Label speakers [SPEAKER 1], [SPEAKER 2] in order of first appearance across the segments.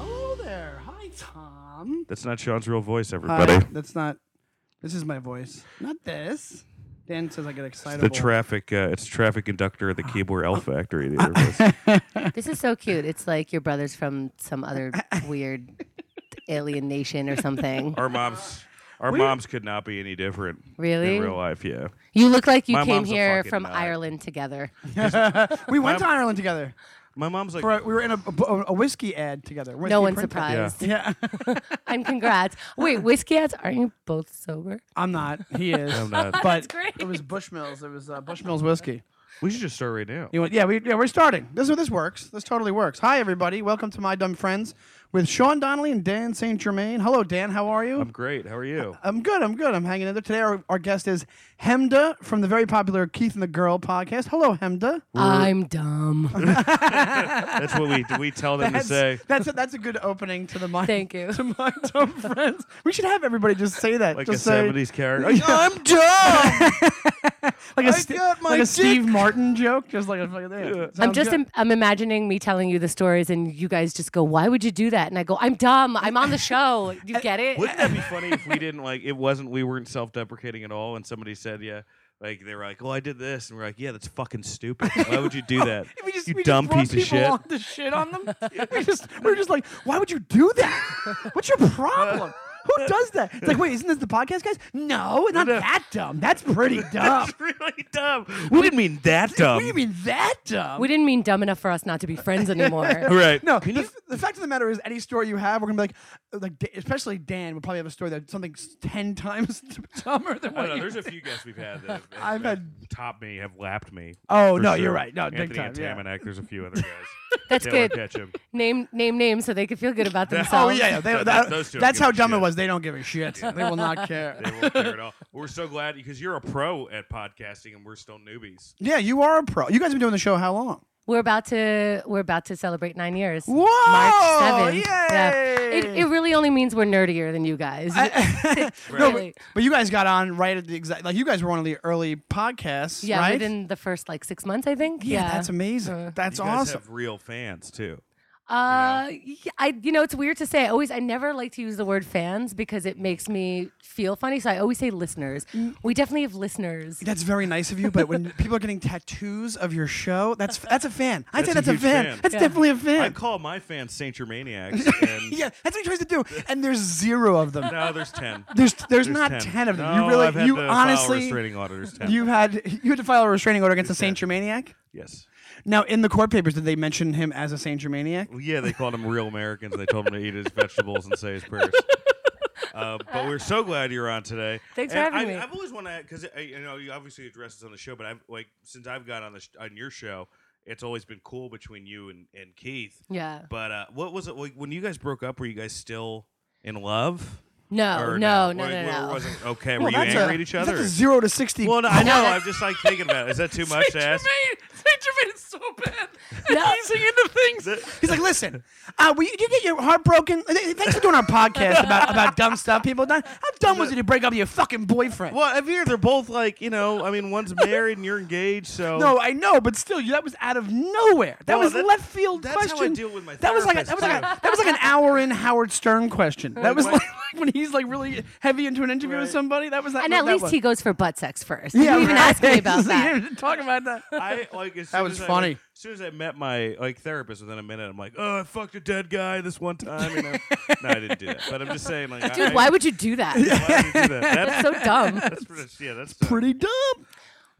[SPEAKER 1] Oh, Hi, Tom.
[SPEAKER 2] That's not Sean's real voice,
[SPEAKER 1] Hi.
[SPEAKER 2] everybody.
[SPEAKER 1] That's not. This is my voice, not this. Dan says I get
[SPEAKER 2] It's
[SPEAKER 1] excited.
[SPEAKER 2] the traffic. Uh, it's traffic conductor at the Keyboard
[SPEAKER 1] Oh.
[SPEAKER 2] L Factory. The interface.
[SPEAKER 3] This is so cute. It's like your brother's from some other weird alien nation or something.
[SPEAKER 2] our moms, our moms could not be any different.
[SPEAKER 3] Really?
[SPEAKER 2] In real life, yeah.
[SPEAKER 3] You look like you
[SPEAKER 2] My
[SPEAKER 3] came
[SPEAKER 2] mom's a
[SPEAKER 3] here
[SPEAKER 2] fucking
[SPEAKER 3] from
[SPEAKER 2] nut.
[SPEAKER 3] Ireland together.
[SPEAKER 1] we went
[SPEAKER 2] My-
[SPEAKER 1] to Ireland together.
[SPEAKER 2] My mom's like,
[SPEAKER 1] For a, we were in a, a, a whiskey ad together.
[SPEAKER 3] no
[SPEAKER 1] Whiskey
[SPEAKER 3] one's
[SPEAKER 1] print ad.
[SPEAKER 3] surprised.
[SPEAKER 1] Yeah,
[SPEAKER 3] And congrats. Wait, whiskey ads? Aren't you both sober?
[SPEAKER 1] I'm not. He is.
[SPEAKER 2] I'm not.
[SPEAKER 1] But
[SPEAKER 3] great.
[SPEAKER 1] it was Bushmills. It was uh, Bushmills whiskey.
[SPEAKER 2] we should just start right now.
[SPEAKER 1] You went, yeah, we, yeah, we're starting. This is this works. This totally works. Hi, everybody. Welcome to My Dumb Friends with Sean Donnelly and Dan St. Germain. Hello, Dan. How are you?
[SPEAKER 2] I'm great. How are you?
[SPEAKER 1] I'm good. I'm good. I'm hanging in there. Today, our, our guest is Hemda from the very popular Keith and the Girl podcast. Hello, Hemda.
[SPEAKER 3] I'm dumb.
[SPEAKER 2] That's what we we tell them to say.
[SPEAKER 1] that's a, that's a good opening to the my
[SPEAKER 3] Thank you.
[SPEAKER 1] to my dumb friends. We should have everybody just say that.
[SPEAKER 2] Like
[SPEAKER 1] just
[SPEAKER 2] a
[SPEAKER 1] say,
[SPEAKER 2] 70s character. I'm dumb.
[SPEAKER 1] like a,
[SPEAKER 2] I
[SPEAKER 1] Ste-
[SPEAKER 2] got my
[SPEAKER 1] like a
[SPEAKER 2] dick.
[SPEAKER 1] Steve Martin joke. Just like a fucking
[SPEAKER 3] I'm just Im- I'm imagining me telling you the stories and you guys just go, "Why would you do that?" And I go, "I'm dumb. I'm on the show. You get it?"
[SPEAKER 2] Wouldn't that be funny if we didn't like it wasn't we weren't self deprecating at all and somebody said yeah like they were like oh I did this and we're like yeah that's fucking stupid why would you do that
[SPEAKER 1] we just,
[SPEAKER 2] you
[SPEAKER 1] we
[SPEAKER 2] dumb
[SPEAKER 1] just brought
[SPEAKER 2] piece of
[SPEAKER 1] people
[SPEAKER 2] shit
[SPEAKER 1] On to shit on them. we just we're just like, why would you do that? What's your problem? Who does that? It's like, wait, isn't this the podcast, guys? No, not that dumb. That's pretty dumb.
[SPEAKER 2] It's really dumb we didn't mean that dumb
[SPEAKER 1] What do you mean that dumb?
[SPEAKER 3] We didn't mean dumb enough for us not to be friends anymore.
[SPEAKER 2] right
[SPEAKER 1] no, the, f- the fact of the matter is, any story you have, we're gonna be like, uh, like Da- especially Dan would probably have a story that something's ten times dumber than
[SPEAKER 2] I
[SPEAKER 1] what.
[SPEAKER 2] don't know.
[SPEAKER 1] you-
[SPEAKER 2] There's a few guests we've had that have,
[SPEAKER 1] I've
[SPEAKER 2] have
[SPEAKER 1] had-
[SPEAKER 2] top me, have lapped me.
[SPEAKER 1] Oh,
[SPEAKER 2] for
[SPEAKER 1] no, you're right. No, big
[SPEAKER 2] Anthony
[SPEAKER 1] time, yeah.
[SPEAKER 2] Antamanak, There's a few other guys.
[SPEAKER 3] That's
[SPEAKER 2] Taylor
[SPEAKER 3] good.
[SPEAKER 2] Ketchum.
[SPEAKER 3] Name name names so they could feel good about
[SPEAKER 1] Oh
[SPEAKER 3] themselves.
[SPEAKER 1] yeah, yeah. They,
[SPEAKER 2] Th-
[SPEAKER 1] that-
[SPEAKER 2] those two don't
[SPEAKER 1] that's
[SPEAKER 2] give
[SPEAKER 1] how
[SPEAKER 2] a
[SPEAKER 1] dumb it
[SPEAKER 2] shit.
[SPEAKER 1] was. They don't give a shit. They will not care.
[SPEAKER 2] They won't care at all. We're so glad because you're a pro at podcasting and we're still newbies.
[SPEAKER 1] yeah, you are a pro. You guys have been doing the show how long?
[SPEAKER 3] We're about to we're about to celebrate nine years.
[SPEAKER 1] Whoa!
[SPEAKER 3] March 7th. Yeah.
[SPEAKER 1] Yay!
[SPEAKER 3] It, it really only means we're nerdier than you guys.
[SPEAKER 1] No, but,
[SPEAKER 3] Really.
[SPEAKER 1] but you guys got on right at the exact like you guys were one of the early podcasts,
[SPEAKER 3] yeah,
[SPEAKER 1] right?
[SPEAKER 3] within Uh. the first like six months, I think.
[SPEAKER 1] yeah, that's amazing. that's
[SPEAKER 2] You guys
[SPEAKER 1] awesome.
[SPEAKER 2] have real fans too.
[SPEAKER 3] Uh, y- I you know it's weird to say. I always I never like to use the word fans because it makes me feel funny. So I always say listeners.
[SPEAKER 1] Mm.
[SPEAKER 3] We definitely have listeners.
[SPEAKER 1] That's very nice of you, but when people are getting tattoos of your show, that's that's a fan. I'd say that's
[SPEAKER 2] That's a
[SPEAKER 1] a,
[SPEAKER 2] huge
[SPEAKER 1] fan.
[SPEAKER 2] fan.
[SPEAKER 1] That's
[SPEAKER 3] Yeah.
[SPEAKER 1] definitely a
[SPEAKER 2] I
[SPEAKER 1] fan.
[SPEAKER 2] call my fans Saint Germaniacs. And
[SPEAKER 1] yeah, that's what he tries to do. And there's zero of them.
[SPEAKER 2] No, there's 10.
[SPEAKER 1] There's there's, not ten. of them.
[SPEAKER 2] No,
[SPEAKER 1] you really
[SPEAKER 2] I've had
[SPEAKER 1] you
[SPEAKER 2] to file
[SPEAKER 1] honestly
[SPEAKER 2] restraining orders 10.
[SPEAKER 1] you had you had to file a restraining order against a Saint Germaniac.
[SPEAKER 2] yes.
[SPEAKER 1] Now in the court papers, did they mention him as a Saint Germaniac?
[SPEAKER 2] Well, Yeah, they called him real Americans. They told him to eat his vegetables and say his prayers. Uh, but we're so glad you're on today.
[SPEAKER 3] Thanks
[SPEAKER 2] And
[SPEAKER 3] for having
[SPEAKER 2] I,
[SPEAKER 3] me.
[SPEAKER 2] I've always wanted to because you know you obviously address this on the show, but I've like since I've got on the sh- on your show, it's always been cool between you and, and Keith.
[SPEAKER 3] Yeah.
[SPEAKER 2] But uh, what was it like when you guys broke up? Were you guys still in love?
[SPEAKER 3] No,
[SPEAKER 2] Or
[SPEAKER 3] Oh, no, no,
[SPEAKER 2] Or-
[SPEAKER 3] no,
[SPEAKER 2] or
[SPEAKER 3] no.
[SPEAKER 2] Was it, okay,
[SPEAKER 1] Well,
[SPEAKER 2] were you
[SPEAKER 1] that's
[SPEAKER 2] angry
[SPEAKER 1] a,
[SPEAKER 2] at each
[SPEAKER 1] that's
[SPEAKER 2] other?
[SPEAKER 1] a zero to sixty.
[SPEAKER 2] well, no, I know.
[SPEAKER 3] that's-
[SPEAKER 2] I'm just like thinking about it. Is that too much to ask?
[SPEAKER 1] is so bad.
[SPEAKER 3] No.
[SPEAKER 1] He's into things. He's like, listen, uh, will you, did you get your heart broken? Thanks for doing our podcast about, about dumb stuff people have done. How dumb was it to break up with your fucking boyfriend?
[SPEAKER 2] Well, I've heard they're both like you know. I mean, one's married and you're engaged, so
[SPEAKER 1] No, I know, but still, you- that was out of nowhere. Oh. That
[SPEAKER 2] Well,
[SPEAKER 1] was
[SPEAKER 2] that-
[SPEAKER 1] left field
[SPEAKER 2] that's how I
[SPEAKER 1] question.
[SPEAKER 2] deal with my
[SPEAKER 1] that was like a, that was like a,
[SPEAKER 2] therapist,
[SPEAKER 1] that was like an hour in Howard Stern question. That was
[SPEAKER 2] my-
[SPEAKER 1] like, like when he's like really heavy into an interview with
[SPEAKER 2] Right.
[SPEAKER 1] somebody. That was that.
[SPEAKER 3] and
[SPEAKER 1] that
[SPEAKER 3] at least
[SPEAKER 1] one.
[SPEAKER 3] he goes for butt sex first. Yeah, you even asked me about that.
[SPEAKER 1] Talk about that.
[SPEAKER 2] I like as
[SPEAKER 1] That
[SPEAKER 2] soon
[SPEAKER 1] was
[SPEAKER 2] as I,
[SPEAKER 1] funny.
[SPEAKER 2] like, as soon as I met my like therapist, within a minute, I'm like, oh, I fucked a dead guy this one time. You know? no, I didn't do that. But I'm just saying, like, I,
[SPEAKER 3] Dude, why would you do that?
[SPEAKER 2] why would you do that? That's,
[SPEAKER 3] That's so dumb.
[SPEAKER 2] that's pretty, yeah, that's
[SPEAKER 1] Pretty dumb.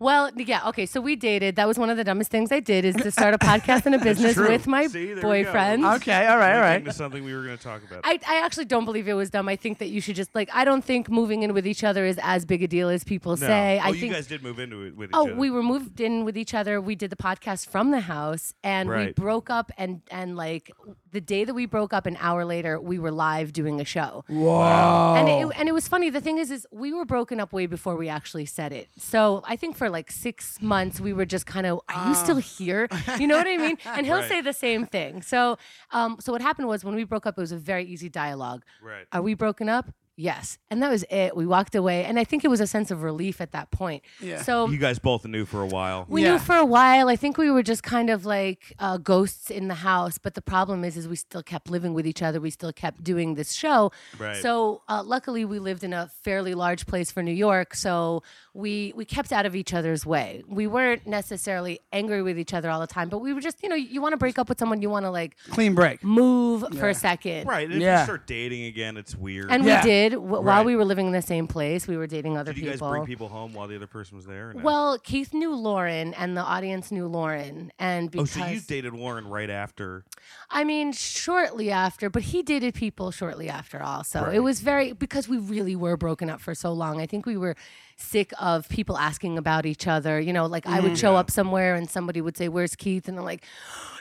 [SPEAKER 3] Well, yeah, okay. So we dated. That was one of the dumbest things I did is to start a podcast and a business
[SPEAKER 2] true.
[SPEAKER 3] with my
[SPEAKER 2] See, there we go.
[SPEAKER 3] boyfriend.
[SPEAKER 2] Okay.
[SPEAKER 1] Okay, all right, all right.
[SPEAKER 2] Into something we were going to talk about.
[SPEAKER 3] I, I actually don't believe it was dumb. I think that you should just like I don't think moving in with each other is as big a deal as people
[SPEAKER 2] No.
[SPEAKER 3] say.
[SPEAKER 2] Oh,
[SPEAKER 3] I
[SPEAKER 2] you
[SPEAKER 3] think
[SPEAKER 2] guys did move into it with each
[SPEAKER 3] Oh,
[SPEAKER 2] other.
[SPEAKER 3] we were moved in with each other. We did the podcast from the house and we
[SPEAKER 2] Right.
[SPEAKER 3] broke up and and like the day that we broke up an hour later, we were live doing a show.
[SPEAKER 1] Whoa.
[SPEAKER 3] And it, and it was funny. The thing is, is we were broken up way before we actually said it. So I think for like six months, we were just kind of, are you still here? You know what I mean? And he'll
[SPEAKER 2] Ah. Right.
[SPEAKER 3] say the same thing. So, um, so what happened was when we broke up, it was a very easy dialogue.
[SPEAKER 2] Right.
[SPEAKER 3] Are we broken up? yes. And that was it. We walked away. And I think it was a sense of relief at that point.
[SPEAKER 1] Yeah.
[SPEAKER 3] So
[SPEAKER 2] You guys both knew for a while.
[SPEAKER 3] we
[SPEAKER 1] Yeah.
[SPEAKER 3] knew for a while. I think we were just kind of like uh, ghosts in the house. But the problem is, is we still kept living with each other. We still kept doing this show.
[SPEAKER 2] Right.
[SPEAKER 3] So uh, luckily, we lived in a fairly large place for New York. So we we kept out of each other's way. We weren't necessarily angry with each other all the time, but we were just, you know, you want to break up with someone, you want to like
[SPEAKER 1] Clean break.
[SPEAKER 3] move for
[SPEAKER 1] Yeah.
[SPEAKER 3] a second.
[SPEAKER 2] right. and If
[SPEAKER 1] Yeah.
[SPEAKER 2] you start dating again, it's weird.
[SPEAKER 3] And
[SPEAKER 1] Yeah.
[SPEAKER 3] we did w-
[SPEAKER 2] Right.
[SPEAKER 3] while we were living in the same place. We were dating other
[SPEAKER 2] Did you guys
[SPEAKER 3] people.
[SPEAKER 2] bring people home while the other person was there? or no?
[SPEAKER 3] Well, Keith knew Lauren, and the audience knew Lauren, and
[SPEAKER 2] oh,
[SPEAKER 3] because
[SPEAKER 2] so you dated Lauren right after.
[SPEAKER 3] I mean, shortly after, but he dated people shortly after also.
[SPEAKER 2] Right.
[SPEAKER 3] It was very because we really were broken up for so long. I think we were sick of people asking about each other. You know, like I
[SPEAKER 2] Mm.
[SPEAKER 3] would show up somewhere and somebody would say, Where's Keith? And I'm like,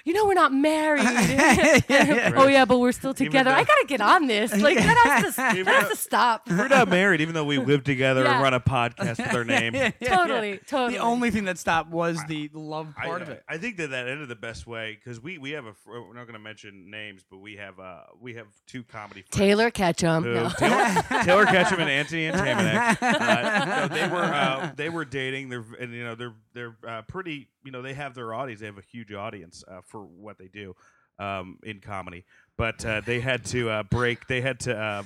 [SPEAKER 3] You know, we're not married. Oh, yeah, but we're still together.
[SPEAKER 2] though-
[SPEAKER 3] I got to get on this. Like, that has to, that has to stop.
[SPEAKER 2] We're not married, even though we live together and
[SPEAKER 3] Yeah.
[SPEAKER 2] run a podcast with our name.
[SPEAKER 3] Totally, totally.
[SPEAKER 1] The only thing that stopped was the love
[SPEAKER 2] I-
[SPEAKER 1] part of it.
[SPEAKER 2] I think that that ended the best way because we we have a fr- we're not going to mention names, but we have uh we have two comedy friends.
[SPEAKER 3] Taylor Ketchum.
[SPEAKER 2] who-
[SPEAKER 3] No.
[SPEAKER 2] Taylor, Taylor Ketchum and Anthony and Tamanek. Uh, no, they were uh, they were dating. They're and you know they're they're uh, pretty. You know they have their audience. They have a huge audience uh, for what they do um, in comedy. But uh, they had to uh, break. They had to. Uh,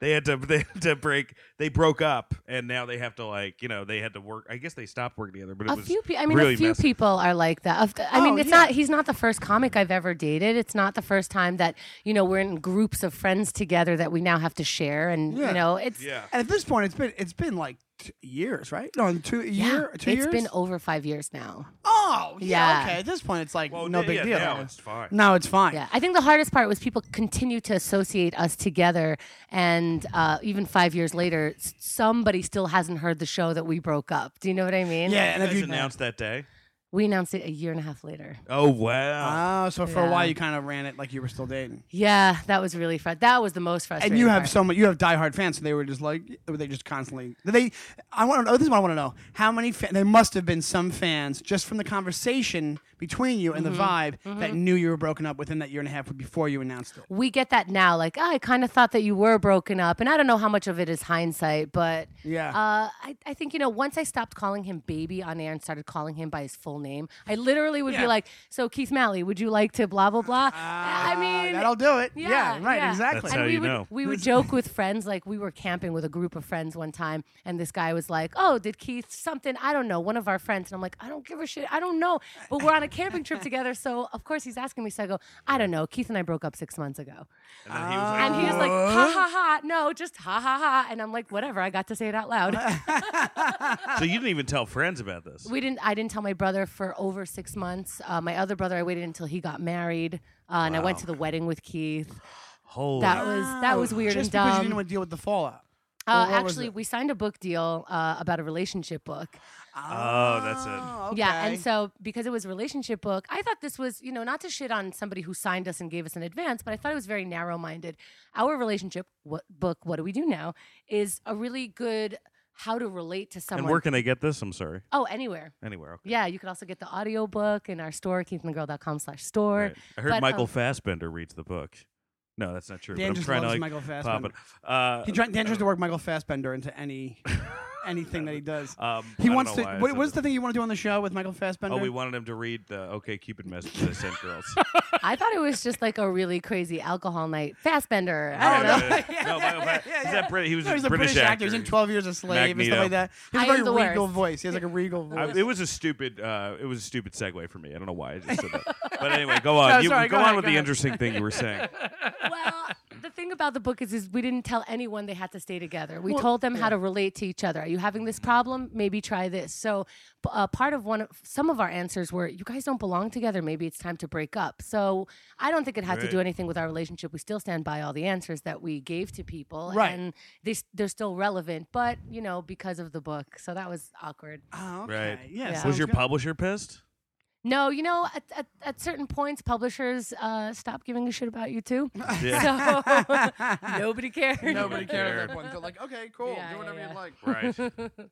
[SPEAKER 2] they had to they had to break. They broke up, and now they have to like you know they had to work. I guess they stopped working together, but it
[SPEAKER 3] A
[SPEAKER 2] was
[SPEAKER 3] few, pe- I mean,
[SPEAKER 2] really
[SPEAKER 3] a few
[SPEAKER 2] messy.
[SPEAKER 3] people are like that. Of- I mean,
[SPEAKER 1] Oh,
[SPEAKER 3] it's
[SPEAKER 1] yeah.
[SPEAKER 3] not. He's not the first comic I've ever dated. It's not the first time that you know we're in groups of friends together that we now have to share, and
[SPEAKER 1] Yeah.
[SPEAKER 3] you know, it's
[SPEAKER 2] Yeah,
[SPEAKER 1] And at this point, it's been it's been like t- years, right? No, two a
[SPEAKER 3] yeah,
[SPEAKER 1] year, two
[SPEAKER 3] it's
[SPEAKER 1] years.
[SPEAKER 3] been over five years now.
[SPEAKER 1] oh, yeah,
[SPEAKER 3] Yeah.
[SPEAKER 1] Okay, at this point, it's like
[SPEAKER 2] Well,
[SPEAKER 1] no
[SPEAKER 2] yeah,
[SPEAKER 1] big
[SPEAKER 2] yeah,
[SPEAKER 1] deal.
[SPEAKER 2] Now it's fine.
[SPEAKER 1] Now it's fine.
[SPEAKER 3] Yeah, I think the hardest part was people continue to associate us together, and uh, even five years later, s- somebody still hasn't heard the show that we broke up. Do you know what I mean?
[SPEAKER 1] Yeah,
[SPEAKER 2] And
[SPEAKER 1] and if you
[SPEAKER 2] announced that day.
[SPEAKER 3] we announced it a year and a half later.
[SPEAKER 2] Oh wow!
[SPEAKER 1] Oh, so for a
[SPEAKER 3] Yeah.
[SPEAKER 1] while you kind of ran it like you were still dating.
[SPEAKER 3] Yeah, that was really fun. That was the most frustrating.
[SPEAKER 1] And you have
[SPEAKER 3] part.
[SPEAKER 1] so much. You have diehard fans, so they were just like were they just constantly. They, I want to know. This is what I want to know. How many? Fa- there must have been some fans just from the conversation between you and
[SPEAKER 3] Mm-hmm.
[SPEAKER 1] the vibe that knew you were broken up within that year and a half before you announced it.
[SPEAKER 3] we get that now. Like, "Oh, I kind of thought that you were broken up, and I don't know how much of it is hindsight, but
[SPEAKER 1] Yeah.
[SPEAKER 3] uh, I, I think you know. Once I stopped calling him baby on air and started calling him by his full name, I literally would
[SPEAKER 1] Yeah.
[SPEAKER 3] be like, "So Keith Malley, would you like to blah blah blah?" I
[SPEAKER 1] Ah,
[SPEAKER 3] mean,
[SPEAKER 1] that'll do it. Yeah,
[SPEAKER 3] yeah,
[SPEAKER 1] right,
[SPEAKER 3] yeah.
[SPEAKER 1] exactly.
[SPEAKER 2] That's how
[SPEAKER 3] we
[SPEAKER 2] you
[SPEAKER 3] would
[SPEAKER 2] know.
[SPEAKER 3] we would joke with friends like we were camping with a group of friends one time and this guy was like, "Oh, did Keith something? I don't know, one of our friends." And I'm like, "I don't give a shit. I don't know." But we're on a camping trip together, so of course he's asking me. So I go, "I don't know. Keith and I broke up 6 months ago."
[SPEAKER 2] And then he was like,
[SPEAKER 3] And he was like, "Ha ha ha. No, just ha ha ha." And I'm like, "Whatever. I got to say it out loud."
[SPEAKER 2] So you didn't even tell friends about this.
[SPEAKER 3] we didn't I didn't tell my brother for over 6 months. Uh, my other brother I waited until he got married. Uh, and I went to the wedding with Keith.
[SPEAKER 2] Holy.
[SPEAKER 3] That was that was weird
[SPEAKER 1] Oh, Just
[SPEAKER 3] and dumb.
[SPEAKER 1] because you didn't want to deal with the fallout.
[SPEAKER 3] Uh,
[SPEAKER 1] Or what was
[SPEAKER 3] actually,
[SPEAKER 1] it?
[SPEAKER 3] we signed a book deal uh, about a relationship book.
[SPEAKER 2] oh, that's it.
[SPEAKER 1] Oh,
[SPEAKER 3] Yeah, and
[SPEAKER 1] okay.
[SPEAKER 3] so because it was a relationship book, I thought this was, you know, not to shit on somebody who signed us and gave us an advance, but I thought it was very narrow-minded. Our relationship what, book, what do we do now, is a really good how to relate to someone.
[SPEAKER 2] And where can they get this? I'm sorry.
[SPEAKER 3] oh, anywhere.
[SPEAKER 2] Anywhere. Okay.
[SPEAKER 3] Yeah, you could also get the audiobook in our store, keithandthegirl.com slash store.
[SPEAKER 2] Right. I heard
[SPEAKER 3] But,
[SPEAKER 2] Michael
[SPEAKER 3] um,
[SPEAKER 2] Fassbender reads the book. No, that's not true.
[SPEAKER 1] Dan
[SPEAKER 2] but I'm
[SPEAKER 1] just
[SPEAKER 2] trying
[SPEAKER 1] loves
[SPEAKER 2] to like
[SPEAKER 1] Michael
[SPEAKER 2] pop
[SPEAKER 1] Fassbender.
[SPEAKER 2] it. Uh,
[SPEAKER 1] He try, Dan tries to work Michael Fassbender into any anything that he does.
[SPEAKER 2] um, I
[SPEAKER 1] He
[SPEAKER 2] don't
[SPEAKER 1] wants
[SPEAKER 2] know
[SPEAKER 1] to.
[SPEAKER 2] why I
[SPEAKER 1] What
[SPEAKER 2] said
[SPEAKER 1] was the
[SPEAKER 2] that.
[SPEAKER 1] thing you want to do on the show with Michael Fassbender?
[SPEAKER 2] Oh, we wanted him to read the OK Cupid messages I sent girls.
[SPEAKER 3] I thought it was just like a really crazy alcohol night. Fassbender. I
[SPEAKER 2] no, Oh,
[SPEAKER 3] don't
[SPEAKER 2] no,
[SPEAKER 3] know.
[SPEAKER 2] no, no, Michael Fa- he's that Brit- he was
[SPEAKER 1] No, he's a British, actor. He's in Twelve Years a Slave and stuff
[SPEAKER 2] Magneto.
[SPEAKER 1] like that. He has
[SPEAKER 3] I
[SPEAKER 1] a
[SPEAKER 3] am
[SPEAKER 1] very
[SPEAKER 3] the
[SPEAKER 1] regal
[SPEAKER 3] worst.
[SPEAKER 1] voice. He has like a regal voice.
[SPEAKER 2] I- it was a stupid. Uh, it was a stupid segue for me. I don't know why I just said that. But anyway, go on.
[SPEAKER 1] No,
[SPEAKER 2] you,
[SPEAKER 1] sorry,
[SPEAKER 2] go,
[SPEAKER 1] go
[SPEAKER 2] on
[SPEAKER 1] ahead,
[SPEAKER 2] with
[SPEAKER 1] go
[SPEAKER 2] the
[SPEAKER 1] ahead.
[SPEAKER 2] interesting thing you were saying.
[SPEAKER 3] well, the thing about the book is, is we didn't tell anyone they had to stay together. We told them how to relate to each other. Are you having this problem? Maybe try this. So, p- uh, part of one, of, some of our answers were, you guys don't belong together. Maybe it's time to break up. So, I don't think it had to
[SPEAKER 2] Right.
[SPEAKER 3] do anything with our relationship. We still stand by all the answers that we gave to people,
[SPEAKER 1] Right.
[SPEAKER 3] and they, s- they're still relevant. But you know, because of the book, so that was awkward.
[SPEAKER 1] Oh, okay.
[SPEAKER 2] Right.
[SPEAKER 1] Yeah.
[SPEAKER 3] Was
[SPEAKER 2] Was
[SPEAKER 1] sounds
[SPEAKER 2] your
[SPEAKER 1] good.
[SPEAKER 2] publisher pissed?
[SPEAKER 3] No, you know, at, at, at certain points, publishers uh, stop giving a shit about you too. So nobody cared.
[SPEAKER 1] Nobody
[SPEAKER 2] Nobody
[SPEAKER 1] cared at
[SPEAKER 2] cared.
[SPEAKER 1] that point. They're like, okay, cool.
[SPEAKER 3] Yeah,
[SPEAKER 1] do
[SPEAKER 3] yeah,
[SPEAKER 1] whatever
[SPEAKER 3] yeah.
[SPEAKER 1] you'd like.
[SPEAKER 2] Right.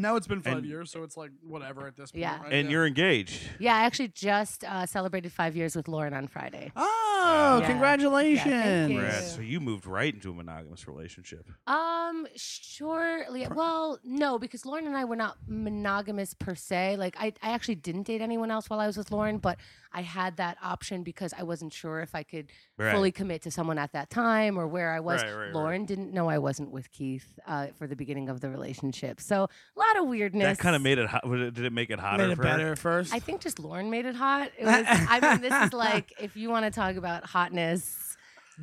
[SPEAKER 1] Now it's been five
[SPEAKER 2] And-
[SPEAKER 1] years, so it's like whatever at this point.
[SPEAKER 3] Yeah.
[SPEAKER 1] right?
[SPEAKER 2] And
[SPEAKER 1] Yeah.
[SPEAKER 2] you're engaged.
[SPEAKER 3] Yeah, I actually just uh, celebrated five years with Lauren on Friday.
[SPEAKER 1] Oh,
[SPEAKER 3] Yeah.
[SPEAKER 1] congratulations!
[SPEAKER 3] you.
[SPEAKER 2] Congrats.
[SPEAKER 3] Yeah.
[SPEAKER 2] So you moved right into a monogamous relationship.
[SPEAKER 3] Um, shortly. Well, no, because Lauren and I were not monogamous per se. Like, I, I actually didn't date anyone else while I was with Lauren, but I had that option because I wasn't sure if I could
[SPEAKER 2] Right.
[SPEAKER 3] fully commit to someone at that time or where I was.
[SPEAKER 2] Right, right, right.
[SPEAKER 3] Lauren didn't know I wasn't with Keith uh, for the beginning of the relationship. So, a lot of weirdness.
[SPEAKER 2] That kind of made it hot. was it- Did it make it hotter
[SPEAKER 1] Made it
[SPEAKER 2] for her?
[SPEAKER 1] better first.
[SPEAKER 3] I think just Lauren made it hot. It was, I mean, this is like if you want to talk about hotness,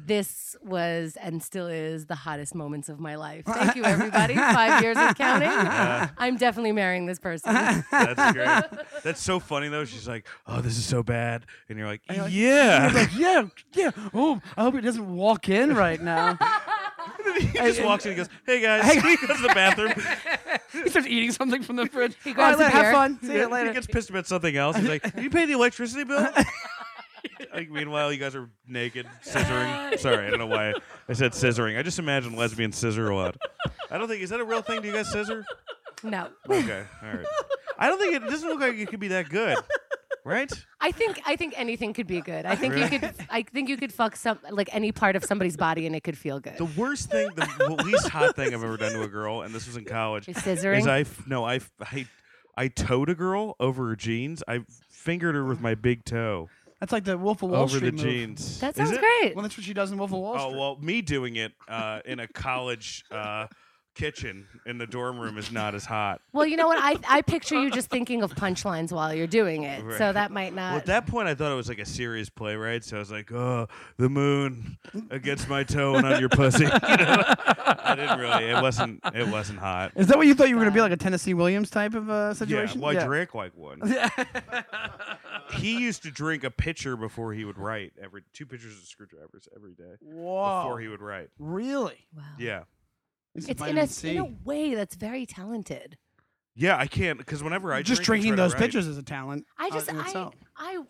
[SPEAKER 3] this was and still is the hottest moments of my life. Thank you, everybody. Five years of counting. I'm definitely marrying this person.
[SPEAKER 2] That's great. That's so funny though. She's like, "Oh, this is so bad," and you're like,
[SPEAKER 1] like,
[SPEAKER 2] "Yeah."
[SPEAKER 1] Like, yeah, yeah. Oh, I hope it doesn't walk in right now.
[SPEAKER 2] he just
[SPEAKER 1] and-
[SPEAKER 2] walks in and goes, "Hey guys, he goes to the bathroom."
[SPEAKER 1] he starts eating something from the fridge. He
[SPEAKER 3] grabs a
[SPEAKER 1] have
[SPEAKER 3] beer.
[SPEAKER 1] fun. See
[SPEAKER 2] Yeah,
[SPEAKER 1] you later.
[SPEAKER 2] He gets pissed about something else. He's like, "Did you pay the electricity bill?" like, meanwhile, you guys are naked, scissoring. Sorry, I don't know why I said scissoring. I just imagine lesbians scissor a lot. I don't think is that a real thing. Do you guys scissor?
[SPEAKER 3] No,
[SPEAKER 2] Okay, all right. I don't think it, it doesn't look like it could be that good, right?
[SPEAKER 3] I think I think anything could be good. I think you could. I think you could fuck some like any part of somebody's body and it could feel good.
[SPEAKER 2] The worst thing, the least hot thing I've ever done to a girl, and this was in college,
[SPEAKER 3] Is scissoring?
[SPEAKER 2] is I f- no, I f- I I towed a girl over her jeans. I fingered her with my big toe
[SPEAKER 1] That's like the Wolf of Wall
[SPEAKER 2] over
[SPEAKER 1] Street
[SPEAKER 2] the
[SPEAKER 1] move.
[SPEAKER 2] jeans.
[SPEAKER 3] That
[SPEAKER 2] Is
[SPEAKER 3] sounds
[SPEAKER 2] it?
[SPEAKER 3] great.
[SPEAKER 1] Well, that's what she does in Wolf of Wall Street.
[SPEAKER 2] Oh well, me doing it uh, in a college uh, kitchen in the dorm room is not as hot.
[SPEAKER 3] Well, you know what? I I picture you just thinking of punchlines while you're doing it, so
[SPEAKER 2] Right.
[SPEAKER 3] that might not.
[SPEAKER 2] Well, at that point, I thought it was like a serious play, right? So I was like, "Oh, the moon against my toe and on your pussy." You know? I didn't really. It wasn't. It wasn't hot.
[SPEAKER 1] Is that what you thought you were going to be like a Tennessee Williams type of uh,
[SPEAKER 2] Yeah,
[SPEAKER 1] situation?
[SPEAKER 2] well, I drank like one. he used to drink a pitcher before he would write every two pitchers of screwdrivers every day
[SPEAKER 1] Whoa.
[SPEAKER 2] before he would write.
[SPEAKER 1] really?
[SPEAKER 3] wow.
[SPEAKER 2] Yeah,
[SPEAKER 1] This is
[SPEAKER 3] It's in
[SPEAKER 1] vitamin
[SPEAKER 3] a,
[SPEAKER 1] C.
[SPEAKER 3] in a way that's very talented.
[SPEAKER 2] yeah. I can't because whenever I
[SPEAKER 1] just
[SPEAKER 2] drink, I
[SPEAKER 1] drinking
[SPEAKER 2] try to
[SPEAKER 1] those
[SPEAKER 2] write.
[SPEAKER 1] pitchers is a talent.
[SPEAKER 3] I
[SPEAKER 1] uh,
[SPEAKER 3] just
[SPEAKER 1] in
[SPEAKER 3] I,
[SPEAKER 1] itself.
[SPEAKER 3] I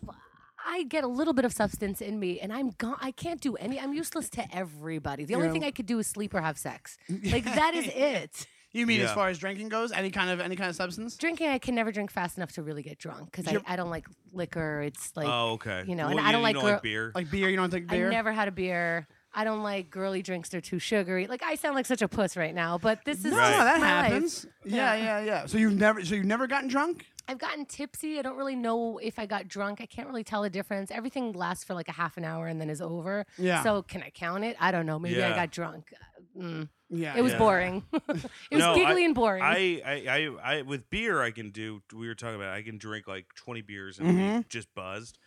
[SPEAKER 3] I get a little bit of substance in me, and I'm gone. I can't do any. I'm useless to everybody. The only
[SPEAKER 1] You're-
[SPEAKER 3] thing I could do is sleep or have sex. Like that is it.
[SPEAKER 1] You mean as
[SPEAKER 2] Yeah.
[SPEAKER 1] far as drinking goes, any kind of any kind of substance?
[SPEAKER 3] Drinking, I can never drink fast enough to really get drunk because I,
[SPEAKER 1] You're-
[SPEAKER 3] I don't like liquor. It's like
[SPEAKER 2] Oh, okay.
[SPEAKER 3] you know, and
[SPEAKER 2] Well,
[SPEAKER 3] I don't
[SPEAKER 2] you
[SPEAKER 3] like girl-
[SPEAKER 2] beer.
[SPEAKER 1] Like beer, you don't drink beer.
[SPEAKER 3] I never had a beer. I don't like girly drinks; they're too sugary. Like I sound like such a puss right now, but this is
[SPEAKER 1] no,
[SPEAKER 2] Right.
[SPEAKER 1] no, Oh, that
[SPEAKER 3] my life.
[SPEAKER 1] happens. Yeah, yeah, yeah. So you've never, so you've never gotten drunk.
[SPEAKER 3] I've gotten tipsy. I don't really know if I got drunk. I can't really tell the difference. Everything lasts for like a half an hour and then is over.
[SPEAKER 1] Yeah.
[SPEAKER 3] So can I count it? I don't know. Maybe I
[SPEAKER 2] Yeah.
[SPEAKER 3] got drunk. Mm.
[SPEAKER 1] Yeah,
[SPEAKER 3] It was
[SPEAKER 1] yeah.
[SPEAKER 3] boring. it was
[SPEAKER 2] No, I-
[SPEAKER 3] giggly and boring.
[SPEAKER 2] I, I, I, I, with beer, I can do. We were talking about. I can drink like twenty beers and be just buzzed.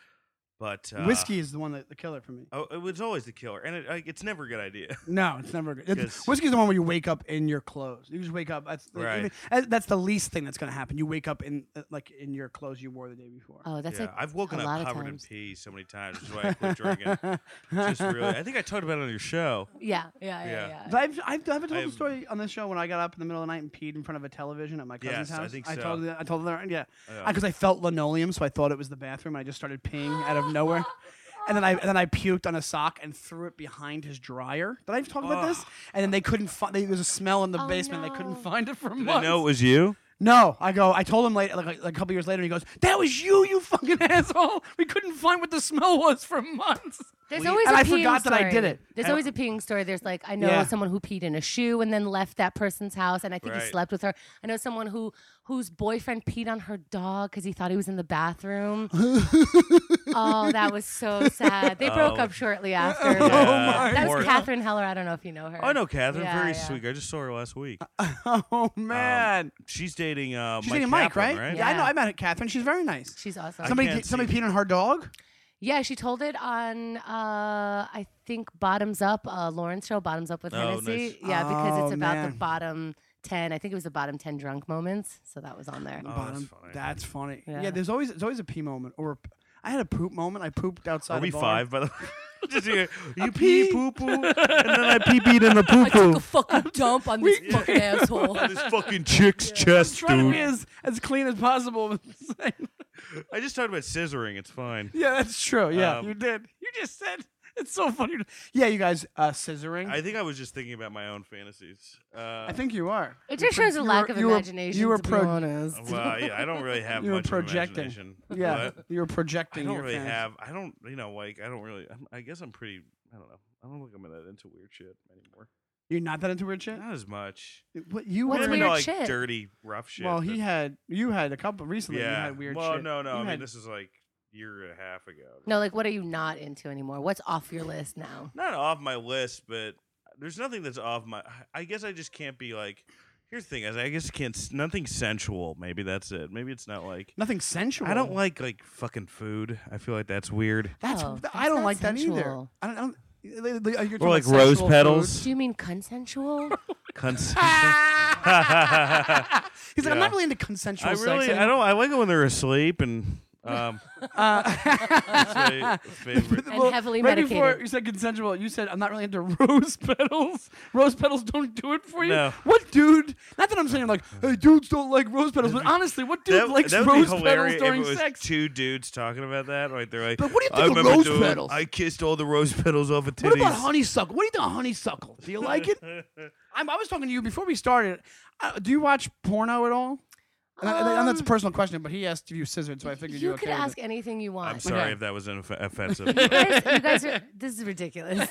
[SPEAKER 2] But uh,
[SPEAKER 1] Whiskey is the one that the killer for me.
[SPEAKER 2] Oh, it was always the killer, and it, like, it's never a good idea.
[SPEAKER 1] No, it's never good. It's,
[SPEAKER 2] Yes.
[SPEAKER 1] whiskey's the one where you wake up in your clothes. You just wake up. That's the,
[SPEAKER 2] Right.
[SPEAKER 1] even- uh, that's the least thing that's gonna happen. You wake up in uh, like in your clothes you wore the day before.
[SPEAKER 3] oh, that's
[SPEAKER 2] yeah,
[SPEAKER 3] like
[SPEAKER 2] I've woken
[SPEAKER 3] a lot
[SPEAKER 2] up
[SPEAKER 3] of
[SPEAKER 2] covered in
[SPEAKER 3] times.
[SPEAKER 2] pee so many times, which is why I quit drinking. Just really, I think I talked about it on your show.
[SPEAKER 3] yeah, yeah, yeah,
[SPEAKER 2] Yeah.
[SPEAKER 3] yeah.
[SPEAKER 1] But I've, I've, I haven't told the
[SPEAKER 2] I've-
[SPEAKER 1] story on this show when I got up in the middle of the night and peed in front of a television at my cousin's
[SPEAKER 2] Yes, I
[SPEAKER 1] house.
[SPEAKER 2] think
[SPEAKER 1] I
[SPEAKER 2] so.
[SPEAKER 1] told the, I told the yeah,
[SPEAKER 2] Yeah.
[SPEAKER 1] because I felt linoleum, so I thought it was the bathroom. And I just started peeing out of nowhere, and then I and then I puked on a sock and threw it behind his dryer. Did I talk about this? And then they couldn't find. There was a smell in the
[SPEAKER 3] Oh,
[SPEAKER 1] basement. They couldn't
[SPEAKER 3] no.
[SPEAKER 1] find it for
[SPEAKER 2] I
[SPEAKER 1] months.
[SPEAKER 2] know it was you.
[SPEAKER 1] No, I go. I told him later, like, like a couple years later, and he goes, "That was you, you fucking asshole. We couldn't find what the smell was for months."
[SPEAKER 3] There's always
[SPEAKER 1] and
[SPEAKER 3] a
[SPEAKER 1] I
[SPEAKER 3] peeing
[SPEAKER 1] forgot that I
[SPEAKER 3] story.
[SPEAKER 1] did it.
[SPEAKER 3] There's
[SPEAKER 1] And-
[SPEAKER 3] always a peeing story. There's like I know
[SPEAKER 1] Yeah.
[SPEAKER 3] someone who peed in a shoe and then left that person's house, and I think he
[SPEAKER 2] Right.
[SPEAKER 3] slept with her. I know someone who whose boyfriend peed on her dog because he thought he was in the bathroom. oh, that was so sad. They broke
[SPEAKER 2] Oh.
[SPEAKER 3] up shortly after.
[SPEAKER 1] Oh
[SPEAKER 2] Yeah.
[SPEAKER 1] my
[SPEAKER 3] That was
[SPEAKER 2] Or-
[SPEAKER 3] Catherine Heller. I don't know if you know her.
[SPEAKER 2] Oh, I know Catherine,
[SPEAKER 3] Yeah,
[SPEAKER 2] very
[SPEAKER 3] yeah.
[SPEAKER 2] sweet. I just saw her last week.
[SPEAKER 1] Oh man,
[SPEAKER 2] She's dating. Uh,
[SPEAKER 1] she's
[SPEAKER 2] Mike
[SPEAKER 1] dating Mike,
[SPEAKER 2] Kaplan,
[SPEAKER 1] right? Yeah, I know.
[SPEAKER 3] Yeah.
[SPEAKER 1] I met Catherine. She's very nice.
[SPEAKER 3] She's awesome.
[SPEAKER 1] Somebody,
[SPEAKER 2] can't
[SPEAKER 1] did- somebody
[SPEAKER 2] see.
[SPEAKER 1] peed on her dog.
[SPEAKER 3] yeah, she told it on uh, I think Bottoms Up, uh, Lauren's show, Bottoms Up with
[SPEAKER 2] Oh,
[SPEAKER 3] Hennessy.
[SPEAKER 2] nice.
[SPEAKER 3] Yeah, because
[SPEAKER 1] Oh,
[SPEAKER 3] it's about the
[SPEAKER 1] man.
[SPEAKER 3] bottom ten. I think it was the bottom ten drunk moments. So that was on there.
[SPEAKER 2] Oh, that's
[SPEAKER 1] Bottom.
[SPEAKER 2] funny.
[SPEAKER 1] That's funny. Yeah.
[SPEAKER 3] Yeah.
[SPEAKER 1] there's always there's always a pee moment or. a p- I had a poop moment. I pooped outside.
[SPEAKER 2] Are
[SPEAKER 1] a
[SPEAKER 2] we
[SPEAKER 1] bar.
[SPEAKER 2] five? By the way, just you, you
[SPEAKER 1] pee.
[SPEAKER 2] pee poo poo, and then I pee peed in the poo
[SPEAKER 3] I took a
[SPEAKER 2] poo.
[SPEAKER 3] fucking dump on this fucking asshole.
[SPEAKER 2] This fucking chick's
[SPEAKER 1] I'm
[SPEAKER 2] chest,
[SPEAKER 1] trying to
[SPEAKER 2] dude.
[SPEAKER 1] be as, as clean as possible.
[SPEAKER 2] I just talked about scissoring. It's fine.
[SPEAKER 1] yeah, that's true. Yeah,
[SPEAKER 2] Um,
[SPEAKER 1] you did. You just said it's so funny. Yeah, you guys uh, scissoring.
[SPEAKER 2] I think I was just thinking about my own fantasies. Uh,
[SPEAKER 1] I think you are.
[SPEAKER 3] It
[SPEAKER 1] You're
[SPEAKER 3] just
[SPEAKER 1] pro-
[SPEAKER 3] shows a
[SPEAKER 1] you
[SPEAKER 3] lack
[SPEAKER 1] were-
[SPEAKER 3] of
[SPEAKER 1] you were-
[SPEAKER 3] imagination.
[SPEAKER 1] You were
[SPEAKER 3] to be
[SPEAKER 1] pro.
[SPEAKER 3] honest.
[SPEAKER 2] Well, yeah, I don't really have
[SPEAKER 1] You were
[SPEAKER 2] much of
[SPEAKER 1] projecting.
[SPEAKER 2] imagination.
[SPEAKER 1] Yeah,
[SPEAKER 2] but
[SPEAKER 1] you were
[SPEAKER 2] I
[SPEAKER 1] projecting.
[SPEAKER 2] don't
[SPEAKER 1] your
[SPEAKER 2] really
[SPEAKER 1] fantasy.
[SPEAKER 2] have. I don't. You know, like I don't really. I'm, I guess I'm pretty. I don't know. I don't think I'm that into weird shit anymore.
[SPEAKER 1] You're not that into weird shit.
[SPEAKER 2] Not as much.
[SPEAKER 1] What you
[SPEAKER 3] What's
[SPEAKER 1] were?
[SPEAKER 2] I'm
[SPEAKER 3] weird
[SPEAKER 2] into, like
[SPEAKER 3] shit?
[SPEAKER 2] dirty, rough shit.
[SPEAKER 1] well,
[SPEAKER 2] but-
[SPEAKER 1] he had. You had a couple recently. You
[SPEAKER 2] yeah.
[SPEAKER 1] had weird
[SPEAKER 2] well,
[SPEAKER 1] shit.
[SPEAKER 2] no, no.
[SPEAKER 1] You
[SPEAKER 2] I mean,
[SPEAKER 1] had-
[SPEAKER 2] this is like year and a half ago.
[SPEAKER 3] No, like what are you not into anymore? What's off your list now?
[SPEAKER 2] not off my list, but there's nothing that's off my. I guess I just can't be like. Here's the thing: is I guess can't s- nothing sensual. Maybe that's it. Maybe it's not like
[SPEAKER 1] nothing sensual.
[SPEAKER 2] I don't like like fucking food. I feel like that's weird.
[SPEAKER 1] That's,
[SPEAKER 3] Oh,
[SPEAKER 1] I
[SPEAKER 3] that's
[SPEAKER 1] don't
[SPEAKER 3] not
[SPEAKER 1] like that either.
[SPEAKER 3] sensual.
[SPEAKER 1] I don't. I don't you're talking
[SPEAKER 2] Or like
[SPEAKER 1] about
[SPEAKER 2] rose
[SPEAKER 1] sensual food?
[SPEAKER 2] petals.
[SPEAKER 3] Do you mean consensual?
[SPEAKER 2] Cons-
[SPEAKER 1] Ah! He's like, I'm
[SPEAKER 2] Yeah.
[SPEAKER 1] not really into consensual
[SPEAKER 2] I really,
[SPEAKER 1] sex.
[SPEAKER 2] I don't. I like it when they're asleep and. Um,
[SPEAKER 1] Uh,
[SPEAKER 2] that's my favorite.
[SPEAKER 3] And heavily
[SPEAKER 1] right Before
[SPEAKER 3] medicated.
[SPEAKER 1] you said consensual, you said I'm not really into rose petals. Rose petals don't do it for you.
[SPEAKER 2] No.
[SPEAKER 1] What dude? Not that I'm saying like, hey, dudes don't like rose petals, but honestly, what dude
[SPEAKER 2] That,
[SPEAKER 1] likes
[SPEAKER 2] that would be
[SPEAKER 1] rose petals
[SPEAKER 2] hilarious if it
[SPEAKER 1] during
[SPEAKER 2] was
[SPEAKER 1] sex?
[SPEAKER 2] two dudes talking about that. Like they're like,
[SPEAKER 1] But what do you
[SPEAKER 2] I
[SPEAKER 1] think of
[SPEAKER 2] remember
[SPEAKER 1] rose
[SPEAKER 2] doing-
[SPEAKER 1] petals?
[SPEAKER 2] I kissed all the rose petals off a titties.
[SPEAKER 1] What about honeysuckle? What do you think of honeysuckle? Do you like it? I'm, I was talking to you before we started. Uh, do you watch porno at all? And I, I know that's a
[SPEAKER 3] Um,
[SPEAKER 1] personal question, but he asked if you scissored, so I figured
[SPEAKER 3] you
[SPEAKER 1] okay
[SPEAKER 3] could
[SPEAKER 1] with
[SPEAKER 3] ask
[SPEAKER 1] it.
[SPEAKER 3] anything you want.
[SPEAKER 2] I'm sorry
[SPEAKER 1] Okay.
[SPEAKER 2] if that was inoff- offensive.
[SPEAKER 3] You guys- you guys are, this is ridiculous.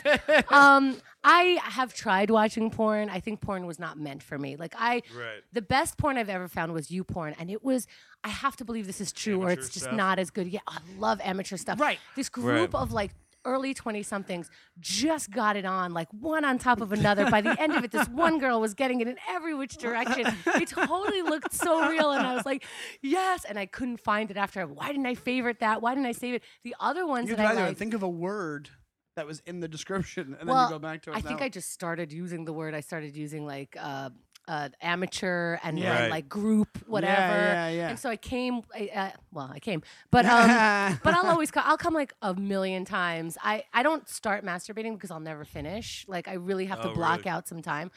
[SPEAKER 3] Um, I have tried watching porn. I think porn was not meant for me. Like I,
[SPEAKER 2] Right.
[SPEAKER 3] the best porn I've ever found was you porn, and it was. I have to believe this is true, or
[SPEAKER 2] Amateur
[SPEAKER 3] it's just
[SPEAKER 2] stuff.
[SPEAKER 3] not as good. Yeah, I love amateur stuff.
[SPEAKER 1] Right.
[SPEAKER 3] This group
[SPEAKER 2] Right.
[SPEAKER 3] of like early 20 somethings just got it on like one on top of another by the end of it this one girl was getting it in every which direction it totally looked so real and i was like yes and i couldn't find it after why didn't i favorite that why didn't i save it the other ones
[SPEAKER 1] You could
[SPEAKER 3] that
[SPEAKER 1] either
[SPEAKER 3] i liked,
[SPEAKER 1] think of a word that was in the description, and then you go back to it.
[SPEAKER 3] I
[SPEAKER 1] that
[SPEAKER 3] think
[SPEAKER 1] way.
[SPEAKER 3] I just started using the word. I started using like uh, uh, amateur and
[SPEAKER 1] Yeah.
[SPEAKER 3] then
[SPEAKER 2] Right.
[SPEAKER 3] like group, whatever.
[SPEAKER 1] yeah, yeah.
[SPEAKER 3] And so I came. I, uh, well, I came, but um, but I'll always come. I'll come like a million times. I I don't start masturbating because I'll never finish. Like I really have
[SPEAKER 2] Oh,
[SPEAKER 3] to block
[SPEAKER 2] really?
[SPEAKER 3] out some time.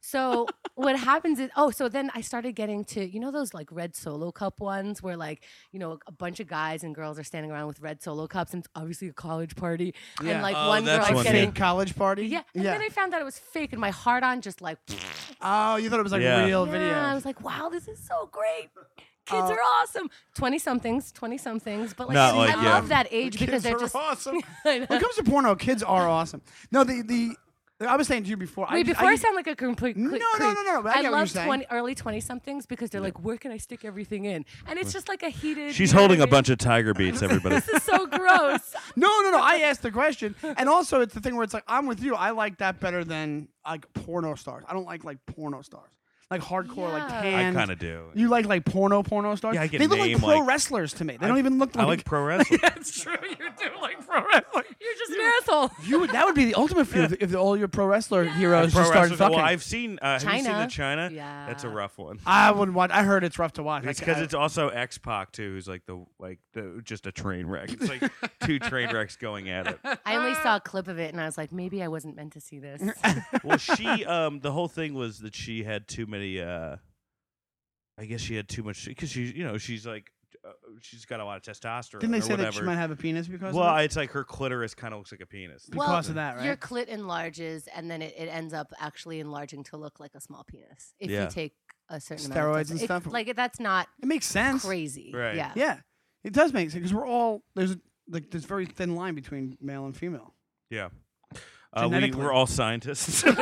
[SPEAKER 3] So what happens is oh so then I started getting to you know those like red solo cup ones where like you know a bunch of guys and girls are standing around with red solo cups and it's obviously a college party
[SPEAKER 1] Yeah.
[SPEAKER 3] and like
[SPEAKER 2] Oh,
[SPEAKER 3] one
[SPEAKER 2] that's
[SPEAKER 3] girl's
[SPEAKER 2] one, yeah.
[SPEAKER 3] getting
[SPEAKER 1] Fake college party.
[SPEAKER 3] yeah. And then I found out it was fake, and my heart on just like,
[SPEAKER 1] oh, you thought it was like
[SPEAKER 2] Yeah.
[SPEAKER 1] real
[SPEAKER 3] yeah,
[SPEAKER 1] video.
[SPEAKER 3] I was like, wow, this is so great. Kids
[SPEAKER 1] Uh,
[SPEAKER 3] are awesome. 20 somethings, 20 somethings. But like,
[SPEAKER 2] Not
[SPEAKER 3] I
[SPEAKER 2] like, yeah.
[SPEAKER 3] love that age because
[SPEAKER 1] kids
[SPEAKER 3] they're
[SPEAKER 1] are
[SPEAKER 3] just.
[SPEAKER 1] awesome.
[SPEAKER 3] I know.
[SPEAKER 1] when it comes to porno, kids are awesome. No, the the I was saying to you before. I,
[SPEAKER 3] Wait,
[SPEAKER 1] just-
[SPEAKER 3] before I,
[SPEAKER 1] I, just-
[SPEAKER 3] sound like a complete
[SPEAKER 1] No,
[SPEAKER 3] creep-
[SPEAKER 1] no, no,
[SPEAKER 3] creep,
[SPEAKER 1] no, no, but I
[SPEAKER 3] I,
[SPEAKER 1] get what you're
[SPEAKER 3] love
[SPEAKER 1] saying.
[SPEAKER 3] 20, early twenty somethings because they're like, where can I stick everything in? And it's just like a heated.
[SPEAKER 2] She's
[SPEAKER 3] you know what
[SPEAKER 2] holding
[SPEAKER 3] I
[SPEAKER 2] a
[SPEAKER 3] mean?
[SPEAKER 2] bunch of tiger beats, everybody.
[SPEAKER 3] This is so gross.
[SPEAKER 1] no, no, no. I asked the question, and also it's the thing where it's like I'm with you. I like that better than like porno stars. I don't like like porno stars, like hardcore, like
[SPEAKER 3] Yeah. I
[SPEAKER 2] I
[SPEAKER 1] tan.
[SPEAKER 2] kind of do.
[SPEAKER 1] You like like porno porno stars?
[SPEAKER 2] Yeah, I can
[SPEAKER 1] they look like
[SPEAKER 2] name,
[SPEAKER 1] pro
[SPEAKER 2] like-
[SPEAKER 1] wrestlers to me. They
[SPEAKER 2] I-
[SPEAKER 1] don't even look
[SPEAKER 2] I
[SPEAKER 1] like.
[SPEAKER 2] like pro wrestling.
[SPEAKER 1] That's true. You do like pro wrestling.
[SPEAKER 3] You're just an asshole.
[SPEAKER 1] You would, that would be the ultimate fear if, if all your pro wrestler heroes
[SPEAKER 2] pro
[SPEAKER 1] just started
[SPEAKER 2] wrestling.
[SPEAKER 1] fucking.
[SPEAKER 2] Well, I've seen. Uh, Have you seen the China?
[SPEAKER 3] China.
[SPEAKER 2] That's a
[SPEAKER 3] Yeah.
[SPEAKER 2] rough one.
[SPEAKER 1] I wouldn't watch. I heard it's rough to watch.
[SPEAKER 2] It's
[SPEAKER 1] I-
[SPEAKER 2] because
[SPEAKER 1] I-
[SPEAKER 2] it's also X Pac too, who's like the like the just a train wreck. It's like two train wrecks going at it.
[SPEAKER 3] I only saw a clip of it, and I was like, maybe I wasn't meant to see this.
[SPEAKER 2] Well, she um the whole thing was that she had too many. uh I guess she had too much because she you know she's like uh, she's got a lot of testosterone.
[SPEAKER 1] Didn't they
[SPEAKER 2] or
[SPEAKER 1] say that
[SPEAKER 2] whatever.
[SPEAKER 1] she might have a penis because?
[SPEAKER 2] Well,
[SPEAKER 1] of it?
[SPEAKER 2] it's like her clitoris kind of looks like a penis.
[SPEAKER 3] Well,
[SPEAKER 1] because of that, right?
[SPEAKER 3] Your clit enlarges, and then it, it ends up actually enlarging to look like a small penis if
[SPEAKER 2] Yeah.
[SPEAKER 3] you take a
[SPEAKER 1] Steroids
[SPEAKER 3] certain amount
[SPEAKER 1] and
[SPEAKER 3] of dose. It-
[SPEAKER 1] stuff?
[SPEAKER 3] like that's not
[SPEAKER 1] it makes sense.
[SPEAKER 3] crazy.
[SPEAKER 2] Right.
[SPEAKER 3] Yeah.
[SPEAKER 1] Yeah, it does make sense because we're all there's a- like this very thin line between male and female.
[SPEAKER 2] Yeah. Uh, we,
[SPEAKER 1] Genetically.
[SPEAKER 2] we're all scientists. we're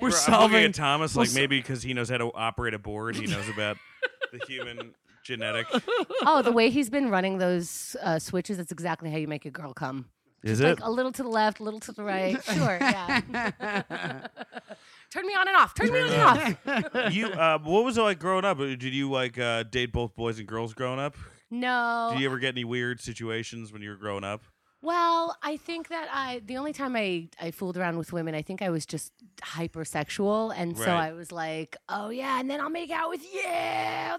[SPEAKER 1] We're,
[SPEAKER 2] solving
[SPEAKER 1] solving.
[SPEAKER 2] at Thomas,
[SPEAKER 1] we're
[SPEAKER 2] like
[SPEAKER 1] so-
[SPEAKER 2] maybe because he knows how to operate a board, he knows about the human genetic.
[SPEAKER 3] Oh, the way he's been running those uh, switches, that's exactly how you make a girl come.
[SPEAKER 2] Is
[SPEAKER 3] Like a little to the left, a little to the right. Sure. Yeah. Turn me on and off. Turn me on and off.
[SPEAKER 2] you? Uh, what was it like growing up? Uh, Did you like uh, date both boys and girls growing up?
[SPEAKER 3] No.
[SPEAKER 2] Did you ever get any weird situations when you were growing up?
[SPEAKER 3] Well, I think that I the only time I I fooled around with women, I think I was just hypersexual, and so
[SPEAKER 2] Right.
[SPEAKER 3] I was like, oh yeah, and then I'll make out with you.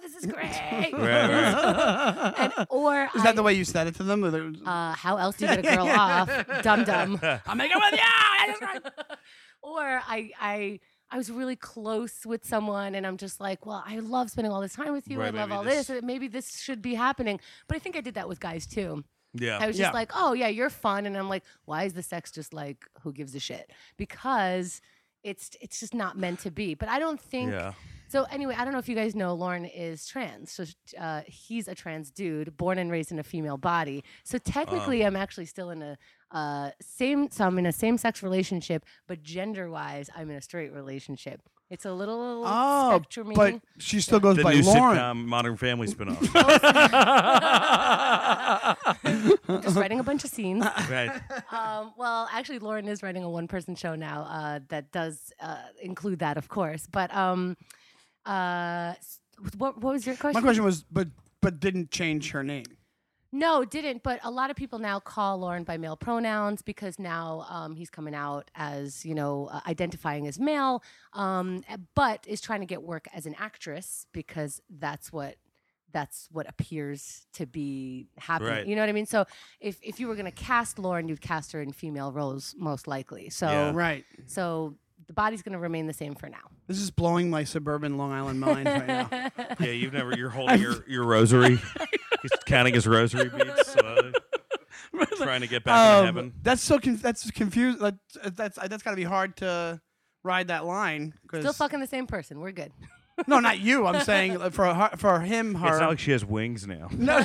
[SPEAKER 3] This is great.
[SPEAKER 2] Right, right.
[SPEAKER 3] And- or
[SPEAKER 1] Is
[SPEAKER 3] I,
[SPEAKER 1] that the way you said it to them? Or they-
[SPEAKER 3] Uh, how else do you get a girl off? Dum dum.
[SPEAKER 1] I'll make it with you.
[SPEAKER 3] Or I I. I was really close with someone, and I'm just like, well, I love spending all this time with you.
[SPEAKER 2] Right,
[SPEAKER 3] I love
[SPEAKER 2] maybe
[SPEAKER 3] all
[SPEAKER 2] this-
[SPEAKER 3] this. Maybe this should be happening. But I think I did that with guys too.
[SPEAKER 2] Yeah.
[SPEAKER 3] I was just
[SPEAKER 1] Yeah.
[SPEAKER 3] like, oh yeah, you're fun, and I'm like, why is the sex just like who gives a shit? Because it's it's just not meant to be. But I don't think
[SPEAKER 2] Yeah.
[SPEAKER 3] so. Anyway, I don't know if you guys know, Lauren is trans, so uh, he's a trans dude, born and raised in a female body. So technically, I'm actually still in a uh, same. So I'm in a same sex relationship, but gender wise, I'm in a straight relationship. It's a little
[SPEAKER 1] Oh,
[SPEAKER 3] spectrum.
[SPEAKER 1] but she still goes
[SPEAKER 2] The
[SPEAKER 1] by
[SPEAKER 2] new
[SPEAKER 1] Lauren.
[SPEAKER 2] sitcom Modern Family spinoff.
[SPEAKER 3] Oh. just writing a bunch of scenes.
[SPEAKER 2] right.
[SPEAKER 3] um, well, actually, Lauren is writing a one-person show now uh, that does uh, include that, of course. But um, uh, s- what, what was your question?
[SPEAKER 1] My question was, but but didn't change her name.
[SPEAKER 3] No, it didn't. But a lot of people now call Lauren by male pronouns because now um, he's coming out as you know uh, identifying as male, um, but is trying to get work as an actress because that's what that's what appears to be happening.
[SPEAKER 2] Right.
[SPEAKER 3] You know what I mean? So if if you were going to cast Lauren, you'd cast her in female roles most likely. So
[SPEAKER 2] Yeah.
[SPEAKER 1] Right.
[SPEAKER 3] so the body's going to remain the same for now.
[SPEAKER 1] This is blowing my suburban Long Island mind right now.
[SPEAKER 2] Yeah, you've never. You're holding your, your rosary. He's counting his rosary beads slowly, trying to get back in
[SPEAKER 1] Um,
[SPEAKER 2] heaven.
[SPEAKER 1] that's so con- that's confused. That, that's that's got to be hard to ride that line. 'cause-
[SPEAKER 3] Still fucking the same person. We're good.
[SPEAKER 1] No, not you. I'm saying like, for her, for him, her.
[SPEAKER 2] It's not like she has wings now. No.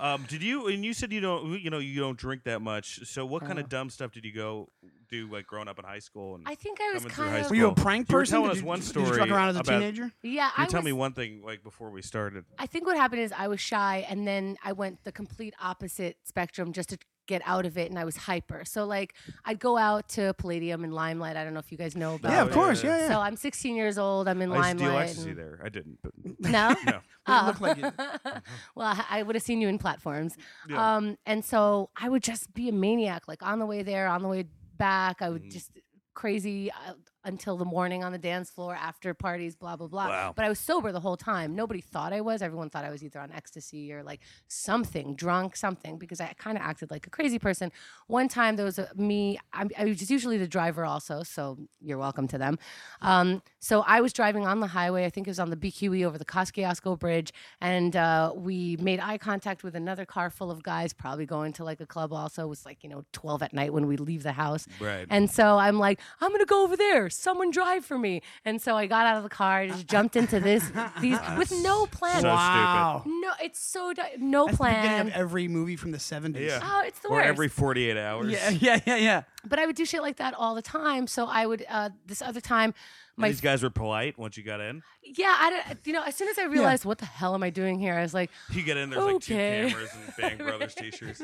[SPEAKER 2] um, did you? And you said you don't. You know, you don't drink that much. So, what kind of dumb stuff did you go do like growing up in high school? And
[SPEAKER 3] Uh. I think I was
[SPEAKER 2] Coming through high
[SPEAKER 3] kind of
[SPEAKER 1] were you a
[SPEAKER 2] Well,
[SPEAKER 1] prank
[SPEAKER 2] you were
[SPEAKER 1] person?
[SPEAKER 2] telling
[SPEAKER 1] did
[SPEAKER 2] us one
[SPEAKER 1] Did you
[SPEAKER 2] story
[SPEAKER 1] truck around as a
[SPEAKER 2] about-
[SPEAKER 1] teenager?
[SPEAKER 3] yeah.
[SPEAKER 2] you
[SPEAKER 3] I
[SPEAKER 2] tell
[SPEAKER 3] was,
[SPEAKER 2] me one thing like before we started.
[SPEAKER 3] I think what happened is I was shy and then I went the complete opposite spectrum just to get out of it and I was hyper. So like I'd go out to Palladium and Limelight. I don't know if you guys know about
[SPEAKER 1] Yeah, of
[SPEAKER 2] yeah,
[SPEAKER 3] it.
[SPEAKER 1] course.
[SPEAKER 2] Oh, yeah.
[SPEAKER 1] Yeah, yeah.
[SPEAKER 3] So I'm 16 years old. I'm in
[SPEAKER 2] I used to deal
[SPEAKER 3] Limelight.
[SPEAKER 2] ecstasy
[SPEAKER 3] and-
[SPEAKER 2] there. I didn't, but
[SPEAKER 3] No? Oh.
[SPEAKER 2] no.
[SPEAKER 1] What do you look like you-
[SPEAKER 3] well, I- I would have seen you in platforms.
[SPEAKER 2] Yeah.
[SPEAKER 3] Um, and so I would just be a maniac, like on the way there, on the way back. I would
[SPEAKER 2] Mm.
[SPEAKER 3] just crazy uh, until the morning on the dance floor, after parties, blah, blah, blah.
[SPEAKER 2] Wow.
[SPEAKER 3] But I was sober the whole time. Nobody thought I was. Everyone thought I was either on ecstasy or like something, drunk, something, because I kind of acted like a crazy person. One time there was a, me, I, I was usually the driver also, so you're welcome to them. Um, so I was driving on the highway, I think it was on the BQE over the Kosciuszko Bridge, and uh, we made eye contact with another car full of guys, probably going to like a club also. It was like, you know, 12 at night when we leave the house.
[SPEAKER 2] Right.
[SPEAKER 3] And so I'm like, I'm gonna go over there. Someone drive for me. And so I got out of the car, just jumped into this these with no plan.
[SPEAKER 2] So
[SPEAKER 1] wow.
[SPEAKER 3] No, it's so di- no
[SPEAKER 1] That's the beginning
[SPEAKER 3] plan.
[SPEAKER 1] of every movie from the 70s.
[SPEAKER 2] Yeah.
[SPEAKER 3] oh, it's the
[SPEAKER 2] or
[SPEAKER 3] worst.
[SPEAKER 2] every 48
[SPEAKER 3] Oh.
[SPEAKER 2] hours.
[SPEAKER 1] Yeah, yeah, yeah, yeah.
[SPEAKER 3] but I would do shit like that all the time. So I would uh, this other time,
[SPEAKER 2] And
[SPEAKER 3] my
[SPEAKER 2] these guys were polite once you got in.
[SPEAKER 3] yeah, I don't, you know, as soon as I realized what the hell am I doing here, I was like,
[SPEAKER 2] You get in, there's like two
[SPEAKER 3] Okay.
[SPEAKER 2] cameras and Bang Brothers t-shirts.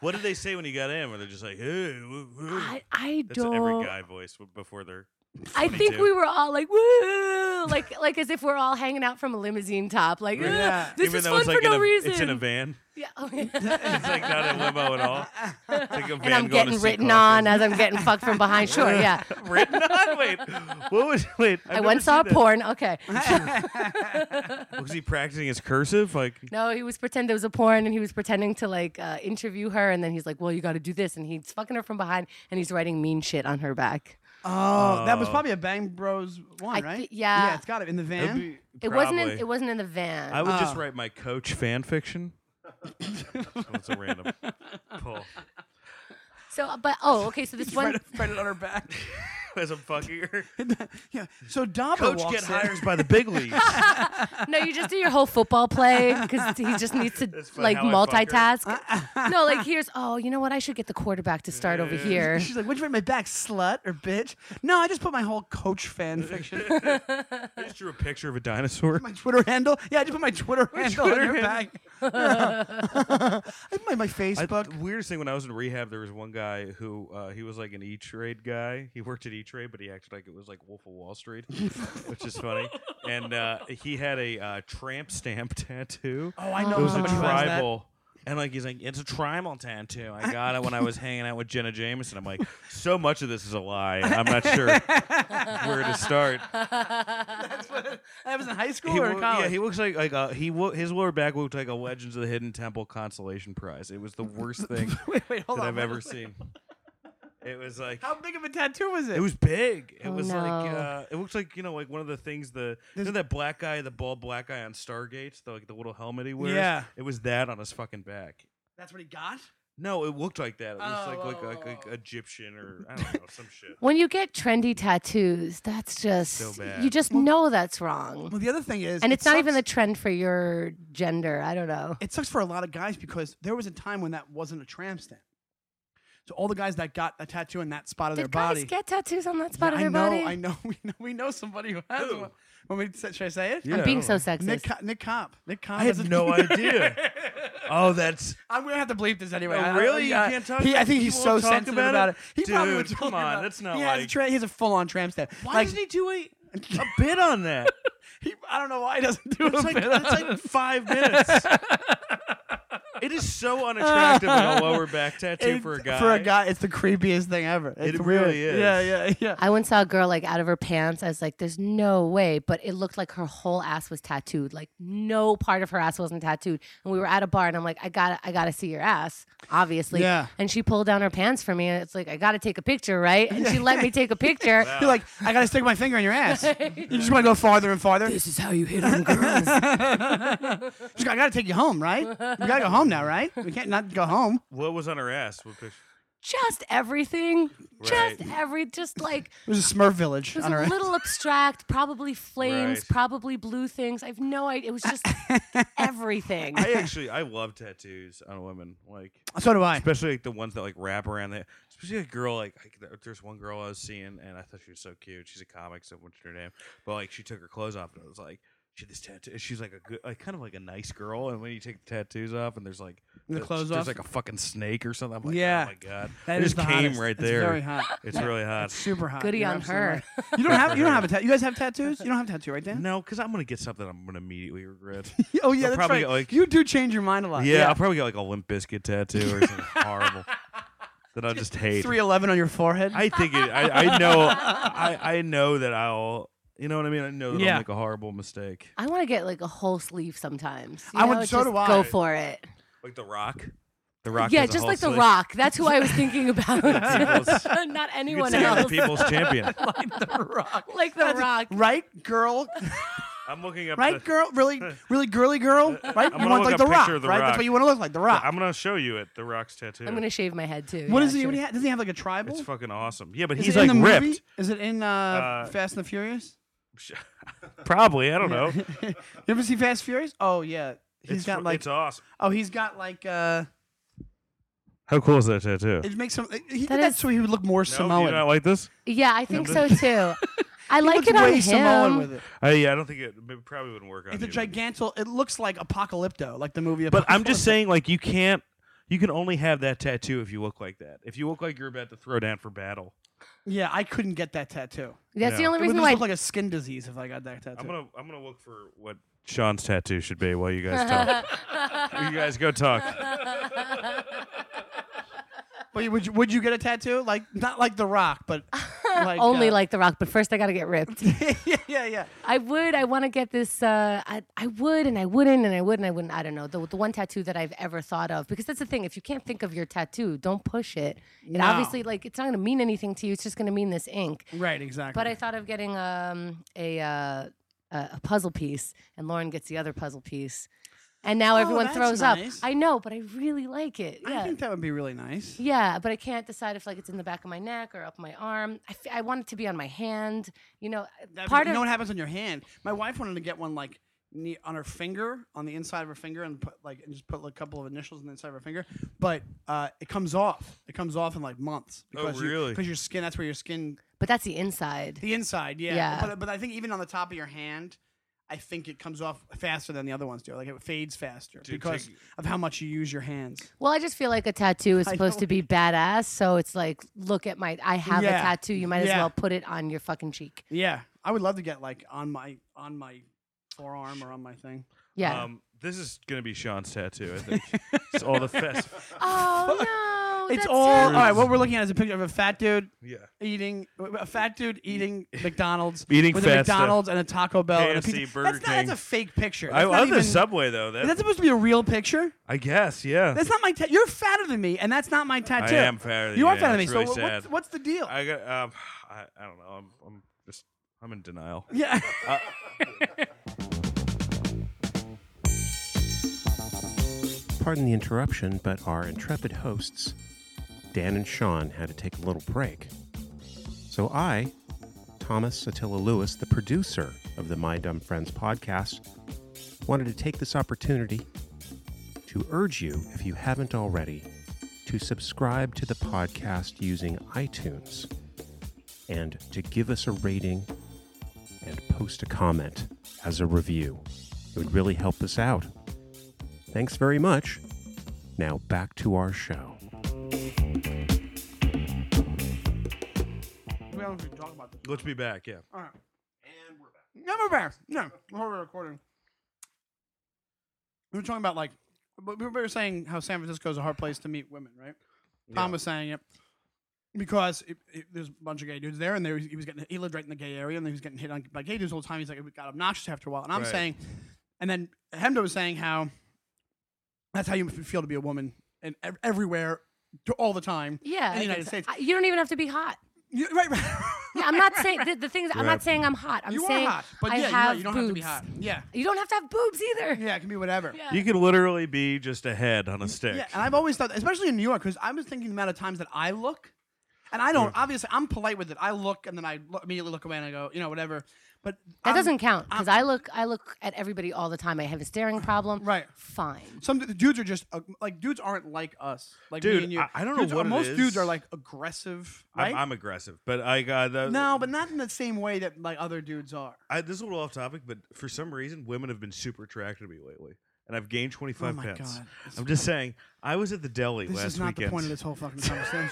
[SPEAKER 2] what did they say when you got in? Were they just like, hey, woo, woo"?
[SPEAKER 3] I, I
[SPEAKER 2] That's
[SPEAKER 3] don't.
[SPEAKER 2] every guy voice w- before they're.
[SPEAKER 3] I think
[SPEAKER 2] 22.
[SPEAKER 3] we were all like, woo, like like as if we're all hanging out from a limousine top, like,
[SPEAKER 1] Yeah.
[SPEAKER 3] "Ugh, this
[SPEAKER 2] Even
[SPEAKER 3] is
[SPEAKER 2] though
[SPEAKER 3] fun
[SPEAKER 2] it's like
[SPEAKER 3] for no
[SPEAKER 2] in a,
[SPEAKER 3] reason.
[SPEAKER 2] It's in a van.
[SPEAKER 3] yeah. oh, yeah.
[SPEAKER 2] It's like not a limo at all. It's like a van
[SPEAKER 3] and
[SPEAKER 2] going to
[SPEAKER 3] I'm getting
[SPEAKER 2] see
[SPEAKER 3] written
[SPEAKER 2] Coffin.
[SPEAKER 3] on as I'm getting fucked from behind. Sure, yeah.
[SPEAKER 2] written on? Wait. What was. Wait. I've
[SPEAKER 3] I
[SPEAKER 2] never
[SPEAKER 3] once saw
[SPEAKER 2] seen that.
[SPEAKER 3] porn. Okay.
[SPEAKER 2] Was he practicing his cursive? Like.
[SPEAKER 3] No, he was pretending there was a porn and he was pretending to like uh, interview her. And then he's like, well, you got to do this. And he's fucking her from behind and he's writing mean shit on her back.
[SPEAKER 1] Oh, that was
[SPEAKER 2] Oh.
[SPEAKER 1] probably a Bang Bros one,
[SPEAKER 3] I
[SPEAKER 1] right?
[SPEAKER 3] thi- yeah.
[SPEAKER 1] yeah, it's got it in the
[SPEAKER 2] it'd
[SPEAKER 1] van.
[SPEAKER 2] be-
[SPEAKER 3] It wasn't, in,
[SPEAKER 2] probably.
[SPEAKER 3] it wasn't in the van.
[SPEAKER 2] I would just
[SPEAKER 1] Oh.
[SPEAKER 2] write my coach fan fiction. That's a random pull.
[SPEAKER 3] so, but oh, okay. So this
[SPEAKER 1] Right,
[SPEAKER 3] one.
[SPEAKER 1] right on her back.
[SPEAKER 2] As I'm fucking her.
[SPEAKER 1] yeah. So Dahmer
[SPEAKER 2] Coach
[SPEAKER 1] walks
[SPEAKER 2] get
[SPEAKER 1] in.
[SPEAKER 2] hires by the big leagues.
[SPEAKER 3] No, you just do your whole football play because he just needs to
[SPEAKER 2] funny
[SPEAKER 3] like
[SPEAKER 2] how I fuck her.
[SPEAKER 3] multitask. no, like here's, oh, you know what? I should get the quarterback to start over here.
[SPEAKER 1] She's like, "What'd you write my back, slut or bitch?" No, I just put my whole coach fan fiction.
[SPEAKER 2] I just drew a picture of a dinosaur.
[SPEAKER 1] my Twitter handle. Yeah, I just put my Twitter handle on your back. I put my, my
[SPEAKER 2] I,
[SPEAKER 1] Facebook.
[SPEAKER 2] the weirdest thing when I was in rehab, there was one guy who uh, he was like an E Trade guy. He worked at E Trade, but he acted like it was like Wolf of Wall Street, which is funny. And uh, he had a uh, tramp stamp tattoo.
[SPEAKER 1] oh, I know
[SPEAKER 2] It was a
[SPEAKER 1] somebody who has that.
[SPEAKER 2] tribal. And like he's like, it's a tribal tattoo. I got it when I was hanging out with Jenna Jameson. I'm like, so much of this is a lie. I'm not sure where to start.
[SPEAKER 1] That was in high school
[SPEAKER 2] He
[SPEAKER 1] or
[SPEAKER 2] wo-
[SPEAKER 1] in college.
[SPEAKER 2] yeah, he looks like like uh, he wo- his lower back looked like a Legends of the Hidden Temple consolation prize. It was the worst thing
[SPEAKER 1] wait, wait, hold
[SPEAKER 2] that
[SPEAKER 1] on.
[SPEAKER 2] I've ever seen. It was like
[SPEAKER 4] How big of a tattoo was it?
[SPEAKER 2] it was big. It
[SPEAKER 3] Oh,
[SPEAKER 2] was like
[SPEAKER 3] no.
[SPEAKER 2] uh, it looks like you know like one of the things the you
[SPEAKER 1] This-
[SPEAKER 2] know that black guy, the bald black guy on Stargate, the like the little helmet he wears.
[SPEAKER 1] Yeah.
[SPEAKER 2] it was that on his fucking back.
[SPEAKER 1] That's what he got.
[SPEAKER 2] No, it looked like that. It was like like,
[SPEAKER 4] Oh.
[SPEAKER 2] like like Egyptian or I don't know some shit.
[SPEAKER 3] When you get trendy tattoos, that's just
[SPEAKER 2] bad.
[SPEAKER 3] you just know that's wrong.
[SPEAKER 1] Well, the other thing is,
[SPEAKER 3] And it's
[SPEAKER 1] it
[SPEAKER 3] not even the
[SPEAKER 1] sucks-
[SPEAKER 3] trend for your gender. I don't know.
[SPEAKER 1] It sucks for a lot of guys because there was a time when that wasn't a tramp stamp. So all the guys that got a tattoo in that spot of their
[SPEAKER 3] Did guys
[SPEAKER 1] body.
[SPEAKER 3] get tattoos on that
[SPEAKER 1] Yeah,
[SPEAKER 3] spot of
[SPEAKER 1] I
[SPEAKER 3] their
[SPEAKER 1] know,
[SPEAKER 3] body?
[SPEAKER 1] I know, we know, we know somebody who has
[SPEAKER 2] Who?
[SPEAKER 1] one. Want me to say, should I say it?
[SPEAKER 2] Yeah,
[SPEAKER 3] I'm being so
[SPEAKER 1] Nick,
[SPEAKER 3] sexist.
[SPEAKER 1] Co- Nick Cop. Nick Cop.
[SPEAKER 2] I
[SPEAKER 1] has a-
[SPEAKER 2] had no idea. Oh, that's
[SPEAKER 1] I'm gonna have to bleep this anyway.
[SPEAKER 2] No,
[SPEAKER 1] I- I-
[SPEAKER 2] Oh, really? You
[SPEAKER 1] I-
[SPEAKER 2] can't talk-
[SPEAKER 1] He, I think
[SPEAKER 2] you
[SPEAKER 1] he's
[SPEAKER 2] won't
[SPEAKER 1] so
[SPEAKER 2] talk
[SPEAKER 1] sensitive
[SPEAKER 2] about
[SPEAKER 1] about,
[SPEAKER 2] it?
[SPEAKER 1] it. He probably would
[SPEAKER 2] Dude,
[SPEAKER 1] talk
[SPEAKER 2] come
[SPEAKER 1] about
[SPEAKER 2] on,
[SPEAKER 1] it.
[SPEAKER 2] that's not
[SPEAKER 1] he has a
[SPEAKER 2] like-
[SPEAKER 1] tra- he has a full-on tramp stamp.
[SPEAKER 2] why
[SPEAKER 1] like,
[SPEAKER 2] doesn't he do a a bit on that?
[SPEAKER 1] he? I don't know why he doesn't do it.
[SPEAKER 2] It's like it's like five minutes. It is so unattractive like a lower back tattoo for a guy.
[SPEAKER 1] For a guy, it's the creepiest thing ever. It's
[SPEAKER 2] It
[SPEAKER 1] weird.
[SPEAKER 2] really is.
[SPEAKER 1] Yeah, yeah, yeah.
[SPEAKER 3] I once saw a girl like out of her pants. I was like, there's no way. But it looked like her whole ass was tattooed. Like no part of her ass wasn't tattooed. And we were at a bar and I'm like, I gotta I gotta see your ass, obviously.
[SPEAKER 1] Yeah.
[SPEAKER 3] And she pulled down her pants for me and it's like, I gotta take a picture, right? And she let me take a picture.
[SPEAKER 1] You're like, I gotta stick my finger in your ass. you just want to go farther and farther. Just,
[SPEAKER 3] This is how you hit on girls.
[SPEAKER 1] I gotta take you home, right? We gotta go home now, right? We can't not go home.
[SPEAKER 2] What was on her ass? What picture?
[SPEAKER 3] just everything. Just
[SPEAKER 2] Right.
[SPEAKER 3] every just like
[SPEAKER 1] It was a Smurf village
[SPEAKER 3] it was
[SPEAKER 1] on our
[SPEAKER 3] a little abstract, probably flames,
[SPEAKER 2] Right.
[SPEAKER 3] probably blue things. I've no idea. It was just everything.
[SPEAKER 2] I actually I love tattoos on women, like
[SPEAKER 1] So do I.
[SPEAKER 2] especially like the ones that like wrap around the. Especially a girl like I, there's one girl I was seeing and I thought she was so cute. She's a comic, so what's her name? But like she took her clothes off and I was like. She had this tattoo. She's like a good, like kind of like a nice girl. And when you take the tattoos off, and there's like
[SPEAKER 1] The
[SPEAKER 2] there's-
[SPEAKER 1] clothes
[SPEAKER 2] there's
[SPEAKER 1] off?
[SPEAKER 2] like a fucking snake or something. I'm like,
[SPEAKER 1] Yeah.
[SPEAKER 2] oh my god,
[SPEAKER 1] That
[SPEAKER 2] it
[SPEAKER 1] is
[SPEAKER 2] just
[SPEAKER 1] the
[SPEAKER 2] came
[SPEAKER 1] hottest.
[SPEAKER 2] right
[SPEAKER 1] It's
[SPEAKER 2] there.
[SPEAKER 1] very hot.
[SPEAKER 2] It's really hot.
[SPEAKER 1] Super hot.
[SPEAKER 3] Goody
[SPEAKER 1] You're
[SPEAKER 3] on
[SPEAKER 1] absolutely
[SPEAKER 3] her.
[SPEAKER 1] right. You don't have you don't have a tattoo. You guys have tattoos? You don't have a tattoo, right, Dan?
[SPEAKER 2] No, because I'm gonna get something I'm gonna immediately regret.
[SPEAKER 1] Oh yeah,
[SPEAKER 2] I'll
[SPEAKER 1] that's
[SPEAKER 2] probably
[SPEAKER 1] right.
[SPEAKER 2] get, like-
[SPEAKER 1] you do change your mind a lot.
[SPEAKER 2] yeah, I'll probably get like a Limp Biscuit tattoo or something horrible that I'll just hate.
[SPEAKER 1] Three eleven on your forehead.
[SPEAKER 2] I think it. I, I know. I, I know that I'll. You know what I mean? I know that
[SPEAKER 1] Yeah.
[SPEAKER 2] I'll make a horrible mistake.
[SPEAKER 3] I want to get like a whole sleeve sometimes. You
[SPEAKER 1] I would-
[SPEAKER 3] know,
[SPEAKER 1] so
[SPEAKER 3] just
[SPEAKER 1] do I.
[SPEAKER 3] Go for it.
[SPEAKER 2] Like The Rock. The Rock.
[SPEAKER 3] yeah,
[SPEAKER 2] has a
[SPEAKER 3] just
[SPEAKER 2] whole
[SPEAKER 3] like The
[SPEAKER 2] sleeve.
[SPEAKER 3] Rock. That's who I was thinking about.
[SPEAKER 2] People's-
[SPEAKER 3] Not
[SPEAKER 2] You could
[SPEAKER 3] anyone
[SPEAKER 2] say I'm the
[SPEAKER 3] else.
[SPEAKER 2] people's champion.
[SPEAKER 3] Like The Rock.
[SPEAKER 1] Right girl,
[SPEAKER 2] I'm looking up.
[SPEAKER 1] right
[SPEAKER 2] the,
[SPEAKER 1] girl, really, really girly girl, right?
[SPEAKER 2] gonna
[SPEAKER 1] you want
[SPEAKER 2] look
[SPEAKER 1] like
[SPEAKER 2] up
[SPEAKER 1] the
[SPEAKER 2] picture
[SPEAKER 1] rock,
[SPEAKER 2] of The
[SPEAKER 1] right?
[SPEAKER 2] Rock.
[SPEAKER 1] That's what you want to look like, the rock.
[SPEAKER 2] I'm gonna show you it. The Rock's tattoo.
[SPEAKER 3] I'm going to shave my head too.
[SPEAKER 1] What
[SPEAKER 3] yeah,
[SPEAKER 1] is he? What he
[SPEAKER 3] sure.
[SPEAKER 1] ha- does he have like a tribal?
[SPEAKER 2] It's fucking awesome. Yeah, but
[SPEAKER 1] Is
[SPEAKER 2] he's
[SPEAKER 1] it
[SPEAKER 2] like
[SPEAKER 1] in the
[SPEAKER 2] ripped.
[SPEAKER 1] movie? Is it in uh,
[SPEAKER 2] Uh,
[SPEAKER 1] Fast and the Furious?
[SPEAKER 2] Probably. I don't know.
[SPEAKER 1] you ever see Fast and Furious? Oh yeah, he's
[SPEAKER 2] it's,
[SPEAKER 1] got
[SPEAKER 2] fr-
[SPEAKER 1] like
[SPEAKER 2] It's awesome.
[SPEAKER 1] oh he's got like uh
[SPEAKER 2] How cool is that tattoo?
[SPEAKER 1] it makes some he
[SPEAKER 3] That
[SPEAKER 1] did that
[SPEAKER 3] is-
[SPEAKER 1] so he would look more
[SPEAKER 2] No, do
[SPEAKER 1] Samoan.
[SPEAKER 2] you not like this?
[SPEAKER 3] Yeah, I think so too. I
[SPEAKER 1] he
[SPEAKER 3] like
[SPEAKER 1] looks
[SPEAKER 3] it on
[SPEAKER 1] way Samoan
[SPEAKER 3] him.
[SPEAKER 1] with it.
[SPEAKER 2] I, Uh, yeah, I don't think it, it probably wouldn't work on
[SPEAKER 1] It's a
[SPEAKER 2] you,
[SPEAKER 1] gigantal. It looks like Apocalypto, like the movie.
[SPEAKER 2] But I'm just
[SPEAKER 1] Apocalypto.
[SPEAKER 2] saying, like, you can't. You can only have that tattoo if you look like that. If you look like you're about to throw down for battle,
[SPEAKER 1] Yeah, I couldn't get that tattoo.
[SPEAKER 3] That's the
[SPEAKER 2] Yeah.
[SPEAKER 3] only
[SPEAKER 1] It would
[SPEAKER 3] reason
[SPEAKER 1] just
[SPEAKER 3] why.
[SPEAKER 1] look like a skin disease if I got that tattoo.
[SPEAKER 2] I'm gonna I'm gonna look for what Sean's tattoo should be while you guys talk. you guys go talk.
[SPEAKER 1] But would you, would you get a tattoo? Like not like The Rock, but like,
[SPEAKER 3] only
[SPEAKER 1] uh,
[SPEAKER 3] like The Rock, but first I got to get ripped.
[SPEAKER 1] yeah, yeah, yeah.
[SPEAKER 3] I would. I want to get this. Uh, I, I would, and I wouldn't, and I would, and I wouldn't. I don't know. The, the one tattoo that I've ever thought of, because that's the thing. If you can't think of your tattoo, don't push it. It
[SPEAKER 1] No.
[SPEAKER 3] obviously, like, it's not going to mean anything to you. It's just going to mean this ink.
[SPEAKER 1] Right, exactly.
[SPEAKER 3] But I thought of getting um, a, uh, a a puzzle piece, and Lauren gets the other puzzle piece, and now everyone
[SPEAKER 1] Oh, that's
[SPEAKER 3] throws
[SPEAKER 1] nice.
[SPEAKER 3] up. I know, but I really like it. Yeah.
[SPEAKER 1] I think that would be really nice.
[SPEAKER 3] Yeah, but I can't decide if like it's in the back of my neck or up my arm. I, f- I want it to be on my hand. You know,
[SPEAKER 1] That'd
[SPEAKER 3] part
[SPEAKER 1] be, you
[SPEAKER 3] of
[SPEAKER 1] know what happens on your hand. My wife wanted to get one like ne- on her finger, on the inside of her finger, and put like and just put like, a couple of initials on the inside of her finger. But uh, it comes off. It comes off in like months because you-
[SPEAKER 2] Oh, really?
[SPEAKER 1] because your skin. That's where your skin,
[SPEAKER 3] but that's the inside.
[SPEAKER 1] the inside. Yeah.
[SPEAKER 3] Yeah.
[SPEAKER 1] But but I think even on the top of your hand. I think it comes off faster than the other ones do. Like it fades faster because
[SPEAKER 2] take-
[SPEAKER 1] of how much you use your hands.
[SPEAKER 3] Well, I just feel like a tattoo is
[SPEAKER 1] I
[SPEAKER 3] supposed to
[SPEAKER 1] know.
[SPEAKER 3] be badass, so it's like, look at my, I have a
[SPEAKER 1] Yeah.
[SPEAKER 3] tattoo. You might as
[SPEAKER 1] Yeah.
[SPEAKER 3] well put it on your fucking cheek.
[SPEAKER 1] Yeah, I would love to get like on my on my forearm or on my thing.
[SPEAKER 3] Yeah.
[SPEAKER 1] Um,
[SPEAKER 2] Um, this is gonna be Sean's tattoo. I think it's all the fest.
[SPEAKER 3] oh
[SPEAKER 1] It's
[SPEAKER 3] that's
[SPEAKER 1] all all
[SPEAKER 3] terrible.
[SPEAKER 1] right. What we're looking at is a picture of a fat dude
[SPEAKER 2] Yeah.
[SPEAKER 1] eating a fat dude eating McDonald's,
[SPEAKER 2] Eating
[SPEAKER 1] with a
[SPEAKER 2] fast
[SPEAKER 1] McDonald's and a Taco Bell and a
[SPEAKER 2] KFC,
[SPEAKER 1] pizza.
[SPEAKER 2] Burger
[SPEAKER 1] that's, not, that's
[SPEAKER 2] King.
[SPEAKER 1] a fake picture.
[SPEAKER 2] I
[SPEAKER 1] That's not
[SPEAKER 2] love the
[SPEAKER 1] even-
[SPEAKER 2] subway though. That,
[SPEAKER 1] Is that supposed to be a real picture?
[SPEAKER 2] I guess, yeah.
[SPEAKER 1] That's not my. Ta- you're fatter than me, and that's not my tattoo.
[SPEAKER 2] am fatter than
[SPEAKER 1] you. are
[SPEAKER 2] you,
[SPEAKER 1] fatter than me.
[SPEAKER 2] it's
[SPEAKER 1] so
[SPEAKER 2] really
[SPEAKER 1] wha- what's,
[SPEAKER 2] sad.
[SPEAKER 1] what's the deal?
[SPEAKER 2] I got. Um, I, I don't know. I'm, I'm just. I'm in denial.
[SPEAKER 1] yeah.
[SPEAKER 4] Pardon the interruption, but our intrepid hosts, Dan and Sean, had to take a little break. So I, Thomas Attila Lewis, the producer of the My Dumb Friends podcast, wanted to take this opportunity to urge you, if you haven't already, to subscribe to the podcast using iTunes and to give us a rating and post a comment as a review. It would really help us out. Thanks very much. Now back to our show.
[SPEAKER 1] we don't even talk about this.
[SPEAKER 2] Let's be back. Yeah.
[SPEAKER 1] All right. And we're back. No, we're back. No, we're recording. We were talking about like but we were saying how San Francisco is a hard place to meet women, right? Tom was saying it because it, it, there's a bunch of gay dudes there, and there was, he was getting he lived right in the gay area, and he was getting hit on by gay dudes all the time. He's like, it got obnoxious after a while, and I'm
[SPEAKER 2] Right.
[SPEAKER 1] saying, and then Hemda was saying how that's how you feel to be a woman and ev- everywhere. to- All the time,
[SPEAKER 3] Yeah,
[SPEAKER 1] In the
[SPEAKER 3] I
[SPEAKER 1] United
[SPEAKER 3] guess.
[SPEAKER 1] States,
[SPEAKER 3] I- you don't even have to be hot.
[SPEAKER 1] You- right, right.
[SPEAKER 3] Yeah, I'm not saying the, the thing is I'm not saying I'm hot. I'm
[SPEAKER 1] you
[SPEAKER 3] saying
[SPEAKER 1] are hot, but
[SPEAKER 3] I
[SPEAKER 1] yeah, you're
[SPEAKER 3] have
[SPEAKER 1] right, you don't
[SPEAKER 3] boobs.
[SPEAKER 1] have to be hot. Yeah,
[SPEAKER 3] You don't have to have boobs either.
[SPEAKER 1] yeah, it can be whatever.
[SPEAKER 3] Yeah.
[SPEAKER 2] You could literally be just a head on a stick.
[SPEAKER 1] Yeah, and I've always thought, especially in New York, because I was thinking the amount of times that I look, and I don't. Obviously, I'm polite with it. I look, and then I lo- immediately look away and I go, you know, whatever. But
[SPEAKER 3] That
[SPEAKER 1] I'm-
[SPEAKER 3] doesn't count because I look I look at everybody all the time. I have a staring problem.
[SPEAKER 1] Right.
[SPEAKER 3] Fine.
[SPEAKER 1] Some the dudes are just uh, like dudes aren't like us. Like me
[SPEAKER 2] Dude,
[SPEAKER 1] and you.
[SPEAKER 2] I- I don't know
[SPEAKER 1] Dudes are-
[SPEAKER 2] what it
[SPEAKER 1] most dudes
[SPEAKER 2] is.
[SPEAKER 1] are like aggressive, right?
[SPEAKER 2] I'm, I'm aggressive, but I got the,
[SPEAKER 1] no, but not in the same way that like other dudes are.
[SPEAKER 2] I, this is a little off topic, but for some reason, women have been super attracted to me lately, and I've gained 25
[SPEAKER 1] Oh my
[SPEAKER 2] pounds.
[SPEAKER 1] God.
[SPEAKER 2] I'm just saying, I was at the deli
[SPEAKER 1] This
[SPEAKER 2] last
[SPEAKER 1] is not
[SPEAKER 2] weekend.
[SPEAKER 1] the point of this whole fucking conversation.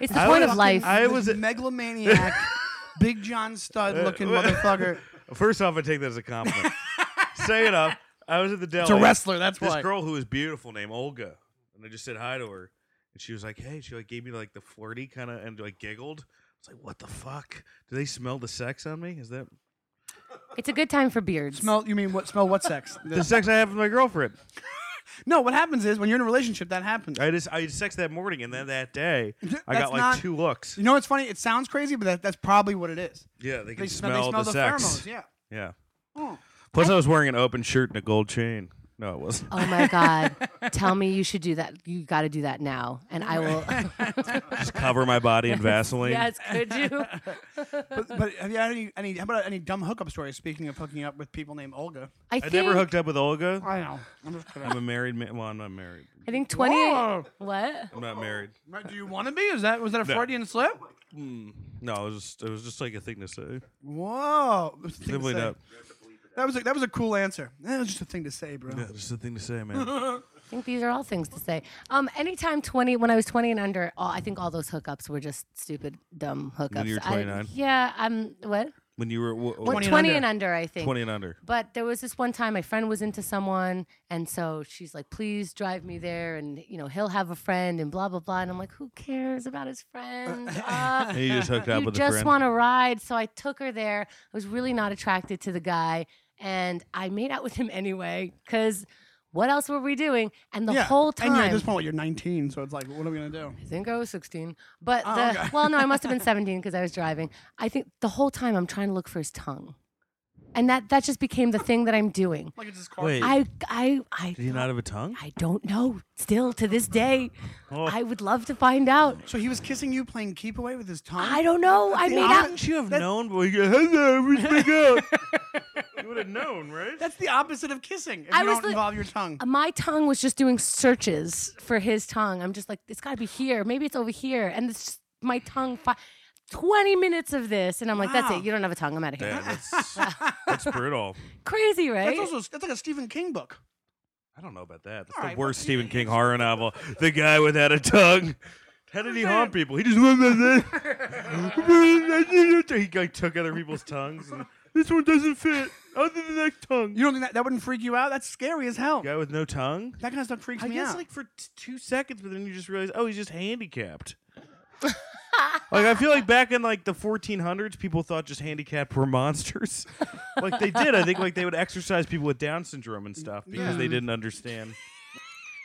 [SPEAKER 3] It's the
[SPEAKER 2] I
[SPEAKER 3] point
[SPEAKER 2] was-
[SPEAKER 3] of life.
[SPEAKER 2] I
[SPEAKER 1] This
[SPEAKER 2] was at-
[SPEAKER 1] megalomaniac, Big John Stud looking motherfucker.
[SPEAKER 2] First off, I take that as a compliment. Second off, I was at the deli.
[SPEAKER 1] It's a wrestler. That's
[SPEAKER 2] This
[SPEAKER 1] why.
[SPEAKER 2] girl who was beautiful, named Olga, and I just said hi to her, and she was like, "Hey," she like gave me like the flirty kind of and like giggled. I was like, "What the fuck? Do they smell the sex on me? Is that
[SPEAKER 3] it's a good time for beards.
[SPEAKER 1] Smell? You mean what? Smell what sex?
[SPEAKER 2] the sex I have with my girlfriend?"
[SPEAKER 1] No, what happens is when you're in a relationship, that happens.
[SPEAKER 2] I just I had sex that morning, and then that day I
[SPEAKER 1] That's
[SPEAKER 2] got like
[SPEAKER 1] not-
[SPEAKER 2] two looks.
[SPEAKER 1] You know what's funny? It sounds crazy, but that, that's probably what it is.
[SPEAKER 2] Yeah, they can
[SPEAKER 1] They smell,
[SPEAKER 2] smell,
[SPEAKER 1] they smell the,
[SPEAKER 2] the, sex.
[SPEAKER 1] pheromones. Yeah.
[SPEAKER 2] Yeah.
[SPEAKER 1] Mm.
[SPEAKER 2] Plus, I was wearing an open shirt and a gold chain. No, it wasn't.
[SPEAKER 3] Oh my God. Tell me you should do that. You got to do that now. And I will.
[SPEAKER 2] Just cover my body in Vaseline.
[SPEAKER 3] yes, could you?
[SPEAKER 1] But, but have you had any, any? How about any dumb hookup stories? Speaking of hooking up with people named Olga,
[SPEAKER 3] I,
[SPEAKER 2] I
[SPEAKER 3] think,
[SPEAKER 2] never hooked up with Olga.
[SPEAKER 1] I know. I'm just kidding.
[SPEAKER 2] I'm a married man. Well, I'm not married.
[SPEAKER 3] I think 20.
[SPEAKER 1] Whoa.
[SPEAKER 3] What?
[SPEAKER 2] I'm not married.
[SPEAKER 1] Right, Do you want to be? Is that was that a Freudian slip?
[SPEAKER 2] No, it was just, it was just like a thing to say.
[SPEAKER 1] Whoa. It was a thing to
[SPEAKER 2] Simply
[SPEAKER 1] say.
[SPEAKER 2] not.
[SPEAKER 1] That was a, that was a cool answer. That was just a thing to say, bro.
[SPEAKER 2] Yeah, just a thing to say, man.
[SPEAKER 3] I think these are all things to say. Um, anytime 20, when I was 20 and under, all, I think all those hookups were just stupid, dumb hookups.
[SPEAKER 2] you were
[SPEAKER 3] I-
[SPEAKER 2] 29?
[SPEAKER 3] yeah. I'm, what?
[SPEAKER 2] when you were wh-
[SPEAKER 3] What,
[SPEAKER 1] 20
[SPEAKER 3] 20,
[SPEAKER 1] and under.
[SPEAKER 3] and under, I think.
[SPEAKER 2] 20 and under.
[SPEAKER 3] But there was this one time my friend was into someone, and so she's like, "Please drive me there, and you know he'll have a friend, and blah blah blah." And I'm like, "Who cares about his friend? Uh,
[SPEAKER 2] And you just hooked up
[SPEAKER 3] you
[SPEAKER 2] with a
[SPEAKER 3] just
[SPEAKER 2] friend.
[SPEAKER 3] want to ride." So I took her there. I was really not attracted to the guy, and I made out with him anyway because what else were we doing? And the
[SPEAKER 1] Yeah.
[SPEAKER 3] whole
[SPEAKER 1] And you're
[SPEAKER 3] time,
[SPEAKER 1] at this point, you're 19, so it's like, what are we gonna do?
[SPEAKER 3] I think I was 16. But
[SPEAKER 1] Oh,
[SPEAKER 3] the,
[SPEAKER 1] okay.
[SPEAKER 3] well, no, I must have been 17 because I was driving. I think the whole time I'm trying to look for his tongue. And that, that just became the thing that I'm doing.
[SPEAKER 1] Like it's just car.
[SPEAKER 2] Wait,
[SPEAKER 3] I I I
[SPEAKER 2] did you not have a tongue?
[SPEAKER 3] I don't know. Still to this day, I would love to find out.
[SPEAKER 1] So he was kissing you, playing keep away with his tongue.
[SPEAKER 3] I don't know. I made out.
[SPEAKER 2] you have known? But you, Hello, we speak up. you would have known, right?
[SPEAKER 1] That's the opposite of kissing. If
[SPEAKER 3] I
[SPEAKER 1] you
[SPEAKER 3] was
[SPEAKER 1] don't
[SPEAKER 3] li-
[SPEAKER 1] involve your tongue.
[SPEAKER 3] My tongue was just doing searches for his tongue. I'm just like, it's got to be here. Maybe it's over here. And it's just my tongue. Fi- Twenty minutes of this, and I'm like, that's
[SPEAKER 1] Wow.
[SPEAKER 3] it. You don't have a tongue. I'm out of here.
[SPEAKER 2] Damn, that's, that's brutal.
[SPEAKER 3] Crazy, right?
[SPEAKER 1] That's also that's like a Stephen King book.
[SPEAKER 2] I don't know about that. That's
[SPEAKER 1] All
[SPEAKER 2] the
[SPEAKER 1] right, well,
[SPEAKER 2] worst Stephen King horror novel. The guy without a tongue. How did he harm people? He just he like, took other people's tongues. And, this one doesn't fit. Other than that tongue.
[SPEAKER 1] You don't think that that wouldn't freak you out? That's scary as hell.
[SPEAKER 2] guy with no tongue?
[SPEAKER 1] That kind of stuff freaks
[SPEAKER 2] I
[SPEAKER 1] me
[SPEAKER 2] guess
[SPEAKER 1] out.
[SPEAKER 2] like for t- two seconds, but then you just realize, oh, he's just handicapped. like I feel like back in like the 1400s, people thought just handicapped were monsters. like they did, I think like they would exercise people with Down syndrome and stuff because
[SPEAKER 1] Mm-hmm.
[SPEAKER 2] they didn't understand.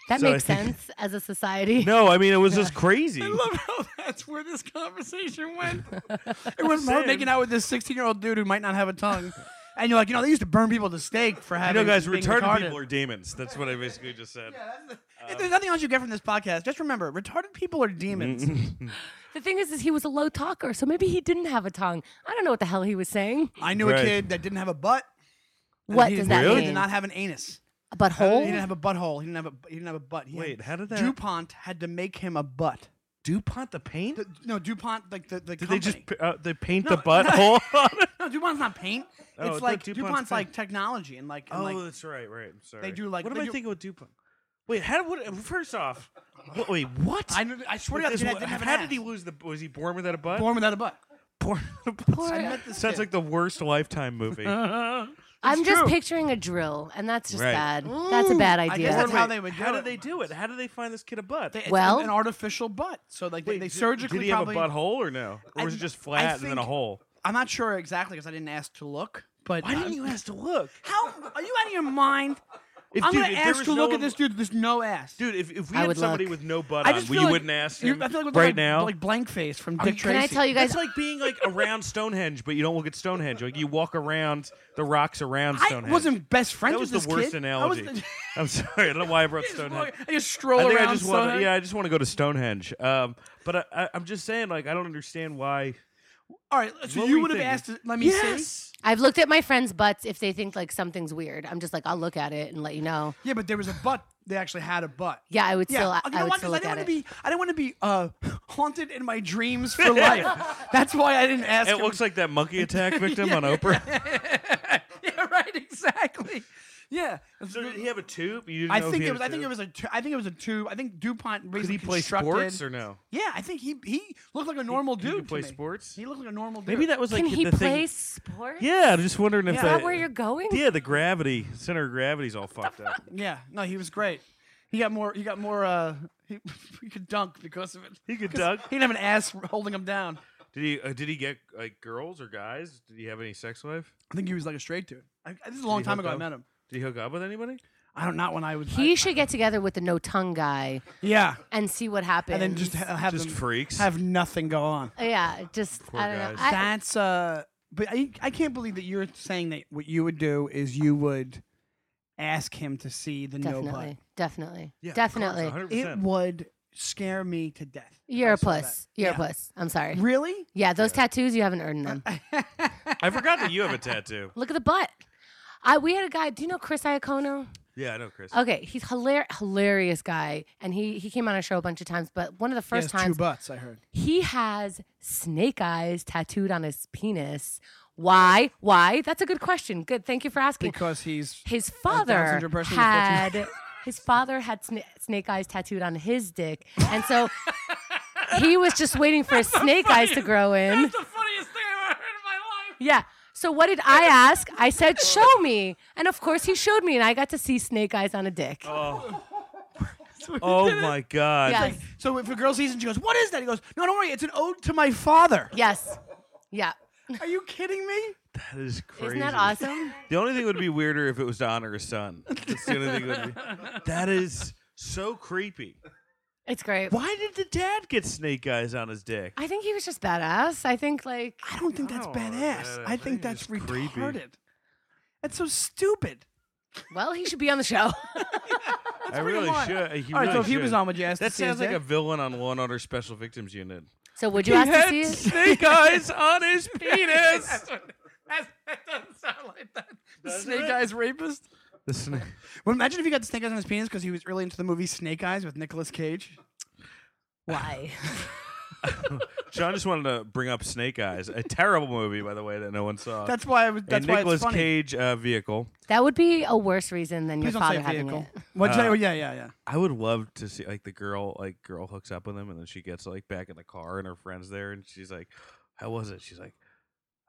[SPEAKER 3] That
[SPEAKER 2] So I
[SPEAKER 3] makes
[SPEAKER 2] think-
[SPEAKER 3] sense as a society.
[SPEAKER 2] No, I mean it was just crazy.
[SPEAKER 1] I love how that's where this conversation went. it was her
[SPEAKER 2] saying.
[SPEAKER 1] making out with this 16 year old dude who might not have a tongue. And you're like, you know, they used to burn people to stake for
[SPEAKER 2] I
[SPEAKER 1] having.
[SPEAKER 2] know, guys,
[SPEAKER 1] being
[SPEAKER 2] retarded,
[SPEAKER 1] retarded
[SPEAKER 2] people are demons. That's what I basically just said.
[SPEAKER 1] If there's nothing else you get from this podcast, just remember retarded people are demons.
[SPEAKER 3] The thing is, is he was a low talker, so maybe he didn't have a tongue. I don't know what the hell he was saying.
[SPEAKER 1] I knew a
[SPEAKER 2] Right.
[SPEAKER 1] kid that didn't have a butt. and
[SPEAKER 3] What
[SPEAKER 1] he-
[SPEAKER 3] does that
[SPEAKER 2] Really?
[SPEAKER 1] He did
[SPEAKER 3] mean?
[SPEAKER 1] not have an anus.
[SPEAKER 3] But
[SPEAKER 1] He
[SPEAKER 3] whole?
[SPEAKER 1] didn't have a butthole. He didn't have a. He didn't have a butt. He had-
[SPEAKER 2] Wait, how did that
[SPEAKER 1] Dupont had to make him a butt.
[SPEAKER 2] Dupont the paint?
[SPEAKER 1] The- no, Dupont like the the
[SPEAKER 2] Did
[SPEAKER 1] company.
[SPEAKER 2] they just p- uh, they paint
[SPEAKER 1] No.
[SPEAKER 2] the butthole? on it?
[SPEAKER 1] no, Dupont's not paint.
[SPEAKER 2] Oh, I
[SPEAKER 1] it's
[SPEAKER 2] thought
[SPEAKER 1] like
[SPEAKER 2] DuPont's
[SPEAKER 1] Dupont's, like technology and like. And
[SPEAKER 2] Oh,
[SPEAKER 1] like
[SPEAKER 2] that's right, right. I'm sorry.
[SPEAKER 1] do, like-
[SPEAKER 2] What am
[SPEAKER 1] they
[SPEAKER 2] I
[SPEAKER 1] do-
[SPEAKER 2] thinking with Dupont? Wait, how? What? First off, what, wait, what?
[SPEAKER 1] I, knew- I swear to God,
[SPEAKER 2] Like
[SPEAKER 1] this
[SPEAKER 2] this-
[SPEAKER 1] kid didn't have an
[SPEAKER 2] how did he
[SPEAKER 1] ass.
[SPEAKER 2] lose the? Was he born without a butt?
[SPEAKER 1] Born without a butt.
[SPEAKER 2] Born without a butt.
[SPEAKER 3] Poor-
[SPEAKER 1] I met this
[SPEAKER 2] Sounds
[SPEAKER 1] kid.
[SPEAKER 2] like the worst Lifetime movie. Born
[SPEAKER 3] I'm
[SPEAKER 1] It's
[SPEAKER 3] just
[SPEAKER 1] true. Mm,
[SPEAKER 3] picturing a drill, and that's just
[SPEAKER 2] Right.
[SPEAKER 3] bad. that's a bad
[SPEAKER 1] I guess
[SPEAKER 3] idea.
[SPEAKER 1] that's how
[SPEAKER 2] with-
[SPEAKER 1] they would
[SPEAKER 2] How
[SPEAKER 1] do
[SPEAKER 2] did
[SPEAKER 1] it.
[SPEAKER 2] they do it? How did they find this kid a butt?
[SPEAKER 1] They- it's
[SPEAKER 3] Well-
[SPEAKER 1] an, an artificial butt. So like they,
[SPEAKER 2] Wait,
[SPEAKER 1] they
[SPEAKER 2] did-
[SPEAKER 1] surgically
[SPEAKER 2] did he
[SPEAKER 1] probably.
[SPEAKER 2] have a butthole or no? Or was
[SPEAKER 1] I-
[SPEAKER 2] it just
[SPEAKER 1] I
[SPEAKER 2] flat and then a
[SPEAKER 1] think-
[SPEAKER 2] hole?
[SPEAKER 1] I'm not sure exactly because I didn't ask to look. But
[SPEAKER 2] Why
[SPEAKER 1] um,
[SPEAKER 2] didn't you ask to look?
[SPEAKER 1] How are you out of your mind?
[SPEAKER 2] If,
[SPEAKER 1] I'm
[SPEAKER 2] dude,
[SPEAKER 1] gonna
[SPEAKER 2] if there
[SPEAKER 1] ask
[SPEAKER 2] was
[SPEAKER 1] to
[SPEAKER 2] no
[SPEAKER 1] look
[SPEAKER 2] one-
[SPEAKER 1] at this dude. There's no ass.
[SPEAKER 2] Dude, if, if we
[SPEAKER 3] I
[SPEAKER 2] had
[SPEAKER 3] would
[SPEAKER 2] somebody
[SPEAKER 3] look.
[SPEAKER 2] with no butt
[SPEAKER 1] I
[SPEAKER 2] on,
[SPEAKER 1] just feel
[SPEAKER 2] well, you
[SPEAKER 1] like-
[SPEAKER 2] wouldn't ask
[SPEAKER 1] You-
[SPEAKER 2] him
[SPEAKER 1] I feel like we're
[SPEAKER 2] right
[SPEAKER 1] like,
[SPEAKER 2] now.
[SPEAKER 1] like blank face from Dick
[SPEAKER 3] Can
[SPEAKER 1] Tracy.
[SPEAKER 3] I tell you guys?
[SPEAKER 2] That's like being like around Stonehenge, but you don't look at Stonehenge. Like you walk around the rocks around
[SPEAKER 1] I
[SPEAKER 2] Stonehenge.
[SPEAKER 1] wasn't best friends
[SPEAKER 2] That was the
[SPEAKER 1] with this
[SPEAKER 2] worst
[SPEAKER 1] kid.
[SPEAKER 2] analogy.
[SPEAKER 1] I was.
[SPEAKER 2] I'm sorry. I don't know why I brought
[SPEAKER 1] just
[SPEAKER 2] Stonehenge.
[SPEAKER 1] walk- I just stroll
[SPEAKER 2] I think
[SPEAKER 1] around.
[SPEAKER 2] I just
[SPEAKER 1] Soho.
[SPEAKER 2] want. Yeah, I just want to go to Stonehenge. Um, but I, I, I'm just saying, like, I don't understand why.
[SPEAKER 1] All right. So
[SPEAKER 2] What were
[SPEAKER 1] you
[SPEAKER 2] you
[SPEAKER 1] would have
[SPEAKER 2] thinking?
[SPEAKER 1] asked. to- Let me see.
[SPEAKER 3] I've looked at my friends' butts if they think like something's weird. I'm just like, I'll look at it and let you know.
[SPEAKER 1] Yeah, but there was a butt. They actually had a butt.
[SPEAKER 3] Yeah, I would
[SPEAKER 1] Yeah,
[SPEAKER 3] still, I,
[SPEAKER 1] you know
[SPEAKER 3] I would
[SPEAKER 1] why?
[SPEAKER 3] still
[SPEAKER 1] 'Cause I
[SPEAKER 3] look
[SPEAKER 1] didn't
[SPEAKER 3] at
[SPEAKER 1] want to
[SPEAKER 3] it.
[SPEAKER 1] be. I didn't want to be uh, haunted in my dreams for life. That's why I didn't ask.
[SPEAKER 2] It
[SPEAKER 1] him.
[SPEAKER 2] looks like that monkey attack victim on Oprah.
[SPEAKER 1] yeah, right. Exactly. Yeah.
[SPEAKER 2] So did he have a tube? You didn't
[SPEAKER 1] I
[SPEAKER 2] know if
[SPEAKER 1] think
[SPEAKER 2] he
[SPEAKER 1] it
[SPEAKER 2] had
[SPEAKER 1] was.
[SPEAKER 2] a
[SPEAKER 1] I think it
[SPEAKER 2] tube?
[SPEAKER 1] was a. tu- I think it was a tube. I think Dupont
[SPEAKER 2] Did
[SPEAKER 1] basically
[SPEAKER 2] he play
[SPEAKER 1] constructed.
[SPEAKER 2] sports or no?
[SPEAKER 1] Yeah, I think he he looked like a normal
[SPEAKER 2] he
[SPEAKER 1] dude. to
[SPEAKER 2] play
[SPEAKER 1] me.
[SPEAKER 2] sports?
[SPEAKER 1] He looked like a normal dude.
[SPEAKER 2] Maybe that was like
[SPEAKER 3] Can he
[SPEAKER 2] the thing.
[SPEAKER 3] play sports?
[SPEAKER 2] Yeah, I'm just wondering if
[SPEAKER 1] Yeah.
[SPEAKER 3] Is that
[SPEAKER 2] that-
[SPEAKER 3] where you're going?
[SPEAKER 2] Yeah, the gravity, center of gravity's all fucked up.
[SPEAKER 1] Yeah, no, he was great. He got more. He got more. Uh, he, he could dunk because of it.
[SPEAKER 2] He could
[SPEAKER 1] 'Cause
[SPEAKER 2] dunk.
[SPEAKER 1] He didn't have an ass holding him down.
[SPEAKER 2] Did he? Uh, did he get like girls or guys? Did he have any sex life?
[SPEAKER 1] I think he was like a straight dude. I, this is a long
[SPEAKER 2] he
[SPEAKER 1] time
[SPEAKER 2] hook
[SPEAKER 1] ago I
[SPEAKER 2] up?
[SPEAKER 1] met him.
[SPEAKER 2] Did he hook up with anybody?
[SPEAKER 1] I don't. Not when I was.
[SPEAKER 3] He
[SPEAKER 1] I-
[SPEAKER 3] should get together with the no tongue guy
[SPEAKER 1] yeah,
[SPEAKER 3] and see what happens.
[SPEAKER 1] and
[SPEAKER 3] Uh,
[SPEAKER 1] then just ha- have
[SPEAKER 2] Just
[SPEAKER 1] them
[SPEAKER 2] freaks.
[SPEAKER 1] have nothing go on.
[SPEAKER 3] yeah, just I don't know.
[SPEAKER 2] guys.
[SPEAKER 3] I,
[SPEAKER 1] That's uh. But I I can't believe that you're saying that what you would do is you would ask him to see the no butt.
[SPEAKER 3] definitely, definitely,
[SPEAKER 2] Yeah, of course,
[SPEAKER 3] definitely.
[SPEAKER 2] 100%.
[SPEAKER 1] It would scare me to death.
[SPEAKER 3] You're a
[SPEAKER 1] I saw that.
[SPEAKER 3] puss. You're
[SPEAKER 1] Yeah.
[SPEAKER 3] a puss. I'm sorry.
[SPEAKER 1] Really?
[SPEAKER 3] Yeah, those tattoos you haven't earned them.
[SPEAKER 2] I forgot that you have a tattoo.
[SPEAKER 3] Look at the butt. I we had a guy. Do you know Chris Iacono?
[SPEAKER 2] Yeah, I know, Chris.
[SPEAKER 3] Okay, he's hilar- hilarious guy, and he he came on our show a bunch of times. But one of the first
[SPEAKER 1] He has
[SPEAKER 3] times
[SPEAKER 1] two butts. I heard.
[SPEAKER 3] he has snake eyes tattooed on his penis. Why? Why? That's a good question. Good. Thank you for asking.
[SPEAKER 1] Because he's
[SPEAKER 3] his
[SPEAKER 1] Down
[SPEAKER 3] father
[SPEAKER 1] syndrome person with
[SPEAKER 3] had his father had sna- snake eyes tattooed on his dick, and so he was just waiting for his snake eyes to grow in. That's the funniest thing I've ever heard in my life. Yeah. So what did I ask? I said, "Show me," and of course he showed me, and I got to see snake eyes on a dick.
[SPEAKER 2] Oh my god.
[SPEAKER 3] yes.
[SPEAKER 1] So if a girl sees it, she goes, "What is that?" He goes, "No, don't worry. It's an ode to my father."
[SPEAKER 3] Yes. Yeah.
[SPEAKER 1] Are you kidding me?
[SPEAKER 2] That is crazy.
[SPEAKER 3] Isn't that awesome?
[SPEAKER 2] The only thing would be weirder if it was to honor his son. That's the only thing that would be. That is so creepy.
[SPEAKER 3] It's great.
[SPEAKER 2] Why did the dad get snake eyes on his dick?
[SPEAKER 3] I think he was just badass. I think like
[SPEAKER 1] I don't think that's
[SPEAKER 2] No,
[SPEAKER 1] badass.
[SPEAKER 2] that-
[SPEAKER 1] I
[SPEAKER 2] I
[SPEAKER 1] think
[SPEAKER 2] think
[SPEAKER 1] that's
[SPEAKER 2] it's creepy.
[SPEAKER 1] retarded. That's so stupid.
[SPEAKER 3] well, he should be on the show.
[SPEAKER 2] I really
[SPEAKER 1] him on.
[SPEAKER 2] should. He
[SPEAKER 1] All right,
[SPEAKER 2] really
[SPEAKER 1] so if he
[SPEAKER 2] should.
[SPEAKER 1] was on, would you ask
[SPEAKER 2] that
[SPEAKER 1] to see his
[SPEAKER 2] sounds like a
[SPEAKER 1] dick?
[SPEAKER 2] villain on Law and Order Special Victims Unit.
[SPEAKER 3] so would you ask to see it?
[SPEAKER 2] snake eyes on his penis.
[SPEAKER 1] that doesn't sound like that. The
[SPEAKER 2] Doesn't
[SPEAKER 1] snake
[SPEAKER 2] it?
[SPEAKER 1] eyes rapist.
[SPEAKER 2] the snake.
[SPEAKER 1] Well, imagine if he got the snake eyes on his penis because he was really into the movie Snake Eyes with Nicolas Cage.
[SPEAKER 3] Why?
[SPEAKER 2] John just wanted to bring up Snake Eyes, a terrible movie, by the way, that no one saw.
[SPEAKER 1] That's why I was. That's
[SPEAKER 2] a
[SPEAKER 1] why
[SPEAKER 2] Uh, Nicolas
[SPEAKER 1] it's funny.
[SPEAKER 2] Cage uh, vehicle.
[SPEAKER 3] That would be a worse reason than
[SPEAKER 1] Please
[SPEAKER 3] your
[SPEAKER 1] don't say
[SPEAKER 3] father having
[SPEAKER 1] vehicle.
[SPEAKER 3] it.
[SPEAKER 1] What'd you say?
[SPEAKER 2] Uh,
[SPEAKER 1] Oh, yeah, yeah, yeah.
[SPEAKER 2] I would love to see like the girl like girl hooks up with him and then she gets like back in the car and her friends there and she's like, "How was it?" She's like,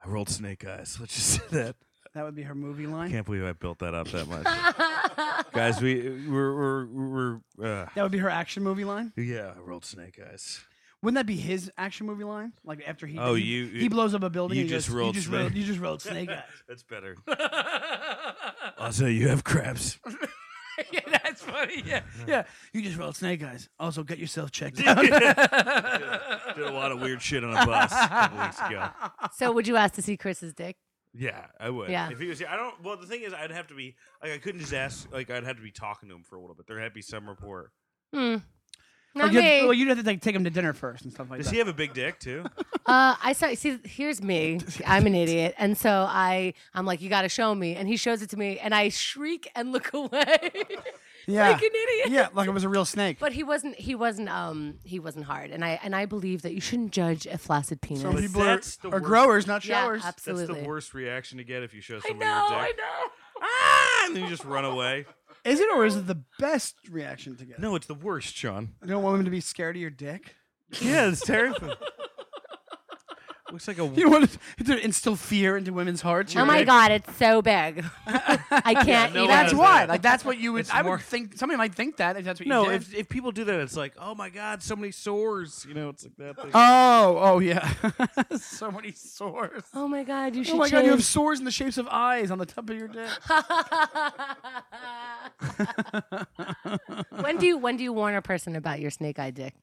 [SPEAKER 2] "I rolled snake eyes." Let's just say that.
[SPEAKER 1] That would be her movie line.
[SPEAKER 2] Can't believe I built that up that much, guys. We we're we're, we're uh,
[SPEAKER 1] That would be her action movie line.
[SPEAKER 2] yeah. I rolled snake eyes.
[SPEAKER 1] Wouldn't that be his action movie line? Like after he
[SPEAKER 2] Oh,
[SPEAKER 1] he,
[SPEAKER 2] you-
[SPEAKER 1] he blows up a building.
[SPEAKER 2] you
[SPEAKER 1] and he
[SPEAKER 2] just
[SPEAKER 1] goes,
[SPEAKER 2] rolled
[SPEAKER 1] you just
[SPEAKER 2] snake."
[SPEAKER 1] rolled you just rolled snake eyes.
[SPEAKER 2] That's better. also, you have crabs.
[SPEAKER 5] yeah, that's funny. Yeah.
[SPEAKER 1] Yeah, you just rolled snake eyes. Also, get yourself checked out.
[SPEAKER 2] Did a lot of weird shit on a bus a couple weeks ago.
[SPEAKER 3] So would you ask to see Chris's dick?
[SPEAKER 2] Yeah, I would.
[SPEAKER 3] Yeah.
[SPEAKER 2] If he was, here- I don't. Well, the thing is, I'd have to be like, I couldn't just ask. Like, I'd have to be talking to him for a little bit. There had to be some rapport.
[SPEAKER 1] Or
[SPEAKER 3] Not
[SPEAKER 1] you'd-
[SPEAKER 3] me.
[SPEAKER 1] well, you'd have to like, take him to dinner first and stuff like
[SPEAKER 2] Does
[SPEAKER 1] that.
[SPEAKER 2] he have a big dick too?
[SPEAKER 3] Uh, I saw. See, here's me. I'm an idiot, and so I, I'm like, you got to show me, and he shows it to me, and I shriek and look away,
[SPEAKER 1] yeah,
[SPEAKER 3] like an idiot.
[SPEAKER 1] yeah, like it was a real snake.
[SPEAKER 3] But he wasn't. He wasn't. Um, he wasn't hard, and I and I believe that you shouldn't judge a flaccid penis.
[SPEAKER 1] Some people are,
[SPEAKER 2] that's the
[SPEAKER 1] are
[SPEAKER 2] worst-
[SPEAKER 1] growers, not
[SPEAKER 3] yeah,
[SPEAKER 1] showers.
[SPEAKER 3] absolutely.
[SPEAKER 2] That's the worst reaction to get if you show
[SPEAKER 3] I
[SPEAKER 2] someone
[SPEAKER 3] know.
[SPEAKER 2] your
[SPEAKER 3] I
[SPEAKER 2] dick.
[SPEAKER 3] know.
[SPEAKER 2] Ah! And then you just run away.
[SPEAKER 1] is it or is it the best reaction to get?
[SPEAKER 2] No, it's the worst, Sean.
[SPEAKER 1] You don't want him to be scared of your dick.
[SPEAKER 2] Yeah, it's terrifying. Looks like a.
[SPEAKER 1] You want to, to instill fear into women's hearts.
[SPEAKER 3] Oh
[SPEAKER 1] your
[SPEAKER 3] my
[SPEAKER 1] dick?
[SPEAKER 3] god, it's so big. I can't
[SPEAKER 2] no
[SPEAKER 3] eat
[SPEAKER 2] one
[SPEAKER 1] That's
[SPEAKER 2] has
[SPEAKER 3] it.
[SPEAKER 1] why.
[SPEAKER 2] that.
[SPEAKER 1] Like that's what you would.
[SPEAKER 2] It's
[SPEAKER 1] I
[SPEAKER 2] more-
[SPEAKER 1] would think somebody might think that if that's what you
[SPEAKER 2] no,
[SPEAKER 1] did.
[SPEAKER 2] if, if people do that, it's like, oh my god, so many sores. You know, it's like that.
[SPEAKER 3] Uh,
[SPEAKER 2] Thing.
[SPEAKER 1] oh, oh yeah. so many sores.
[SPEAKER 3] Oh my god, you should.
[SPEAKER 1] Oh my god, you have
[SPEAKER 3] change.
[SPEAKER 1] sores in the shapes of eyes on the top of your dick.
[SPEAKER 3] when do you when do you warn a person about your snake eye dick?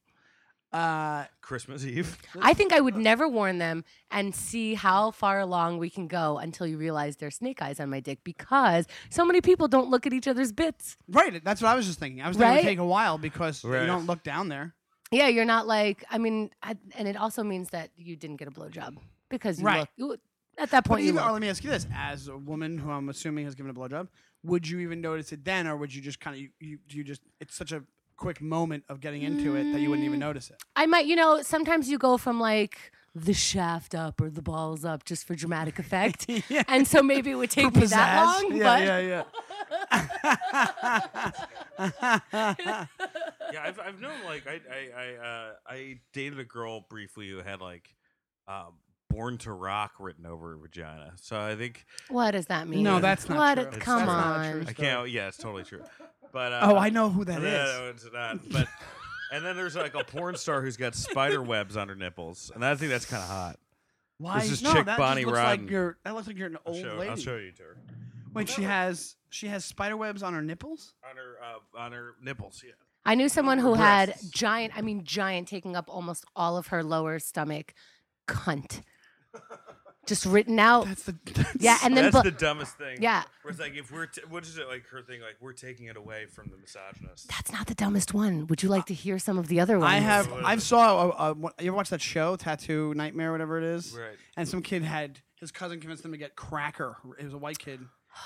[SPEAKER 1] Uh,
[SPEAKER 2] Christmas Eve.
[SPEAKER 3] I think I would never warn them and see how far along we can go until you realize there's snake eyes on my dick because so many people don't look at each other's bits.
[SPEAKER 1] right, that's what I was just thinking. I was thinking it
[SPEAKER 3] Right?
[SPEAKER 1] would take a while because
[SPEAKER 2] Right.
[SPEAKER 1] you don't look down there.
[SPEAKER 3] Yeah, you're not like I mean, I, and it also means that you didn't get a blowjob because you
[SPEAKER 1] Right.
[SPEAKER 3] look you- at that
[SPEAKER 1] But
[SPEAKER 3] point. You
[SPEAKER 1] even, or
[SPEAKER 3] look.
[SPEAKER 1] let me ask you this: as a woman who I'm assuming has given a blowjob, would you even notice it then, or would you just kind of you, you you just it's such a quick moment of getting into it that you wouldn't even notice it?
[SPEAKER 3] I might, you know, sometimes you go from like the shaft up or the balls up just for dramatic effect, and so maybe Mm, it would take me that
[SPEAKER 1] Pizzazz.
[SPEAKER 3] long,
[SPEAKER 1] yeah,
[SPEAKER 3] but
[SPEAKER 1] yeah, yeah.
[SPEAKER 2] yeah, I've I've known like I I I uh, I dated a girl briefly who had like uh, "Born to Rock" written over her vagina. So I think
[SPEAKER 3] what does that mean?
[SPEAKER 1] No, that's not
[SPEAKER 3] what,
[SPEAKER 1] true.
[SPEAKER 3] it-
[SPEAKER 1] It's-
[SPEAKER 3] Come
[SPEAKER 1] that's
[SPEAKER 3] on,
[SPEAKER 1] not a true
[SPEAKER 2] I
[SPEAKER 1] story.
[SPEAKER 2] can't. Yeah, it's totally true. But uh,
[SPEAKER 1] Oh, I know who that
[SPEAKER 2] no,
[SPEAKER 1] is.
[SPEAKER 2] no, it's not. But and then there's like a porn star who's got spider webs on her nipples, and I think that's kind of hot.
[SPEAKER 1] Why?
[SPEAKER 2] This is
[SPEAKER 1] no,
[SPEAKER 2] chick
[SPEAKER 1] that
[SPEAKER 2] Bonnie
[SPEAKER 1] just looks
[SPEAKER 2] Rodden.
[SPEAKER 1] like you're. That looks like you're an
[SPEAKER 2] I'll
[SPEAKER 1] old
[SPEAKER 2] show,
[SPEAKER 1] lady.
[SPEAKER 2] I'll show you to her
[SPEAKER 1] Wait, she has she has spider webs on her nipples.
[SPEAKER 2] on her uh, on her nipples. Yeah.
[SPEAKER 3] I knew someone who
[SPEAKER 2] breasts.
[SPEAKER 3] had giant, I mean, giant, taking up almost all of her lower stomach cunt. Just written out.
[SPEAKER 1] That's the that's,
[SPEAKER 3] yeah, and then
[SPEAKER 2] That's
[SPEAKER 3] bu-
[SPEAKER 2] the dumbest thing.
[SPEAKER 3] Yeah.
[SPEAKER 2] Where it's like if we're t- what is it like her thing like we're taking it away from the misogynist.
[SPEAKER 3] that's not the dumbest one. Would you like to hear some of the other ones?
[SPEAKER 1] I have I've saw a, a, one- you ever watch that show Tattoo Nightmare whatever it is
[SPEAKER 2] Right.
[SPEAKER 1] and some kid had his cousin convinced him to get cracker it was a white kid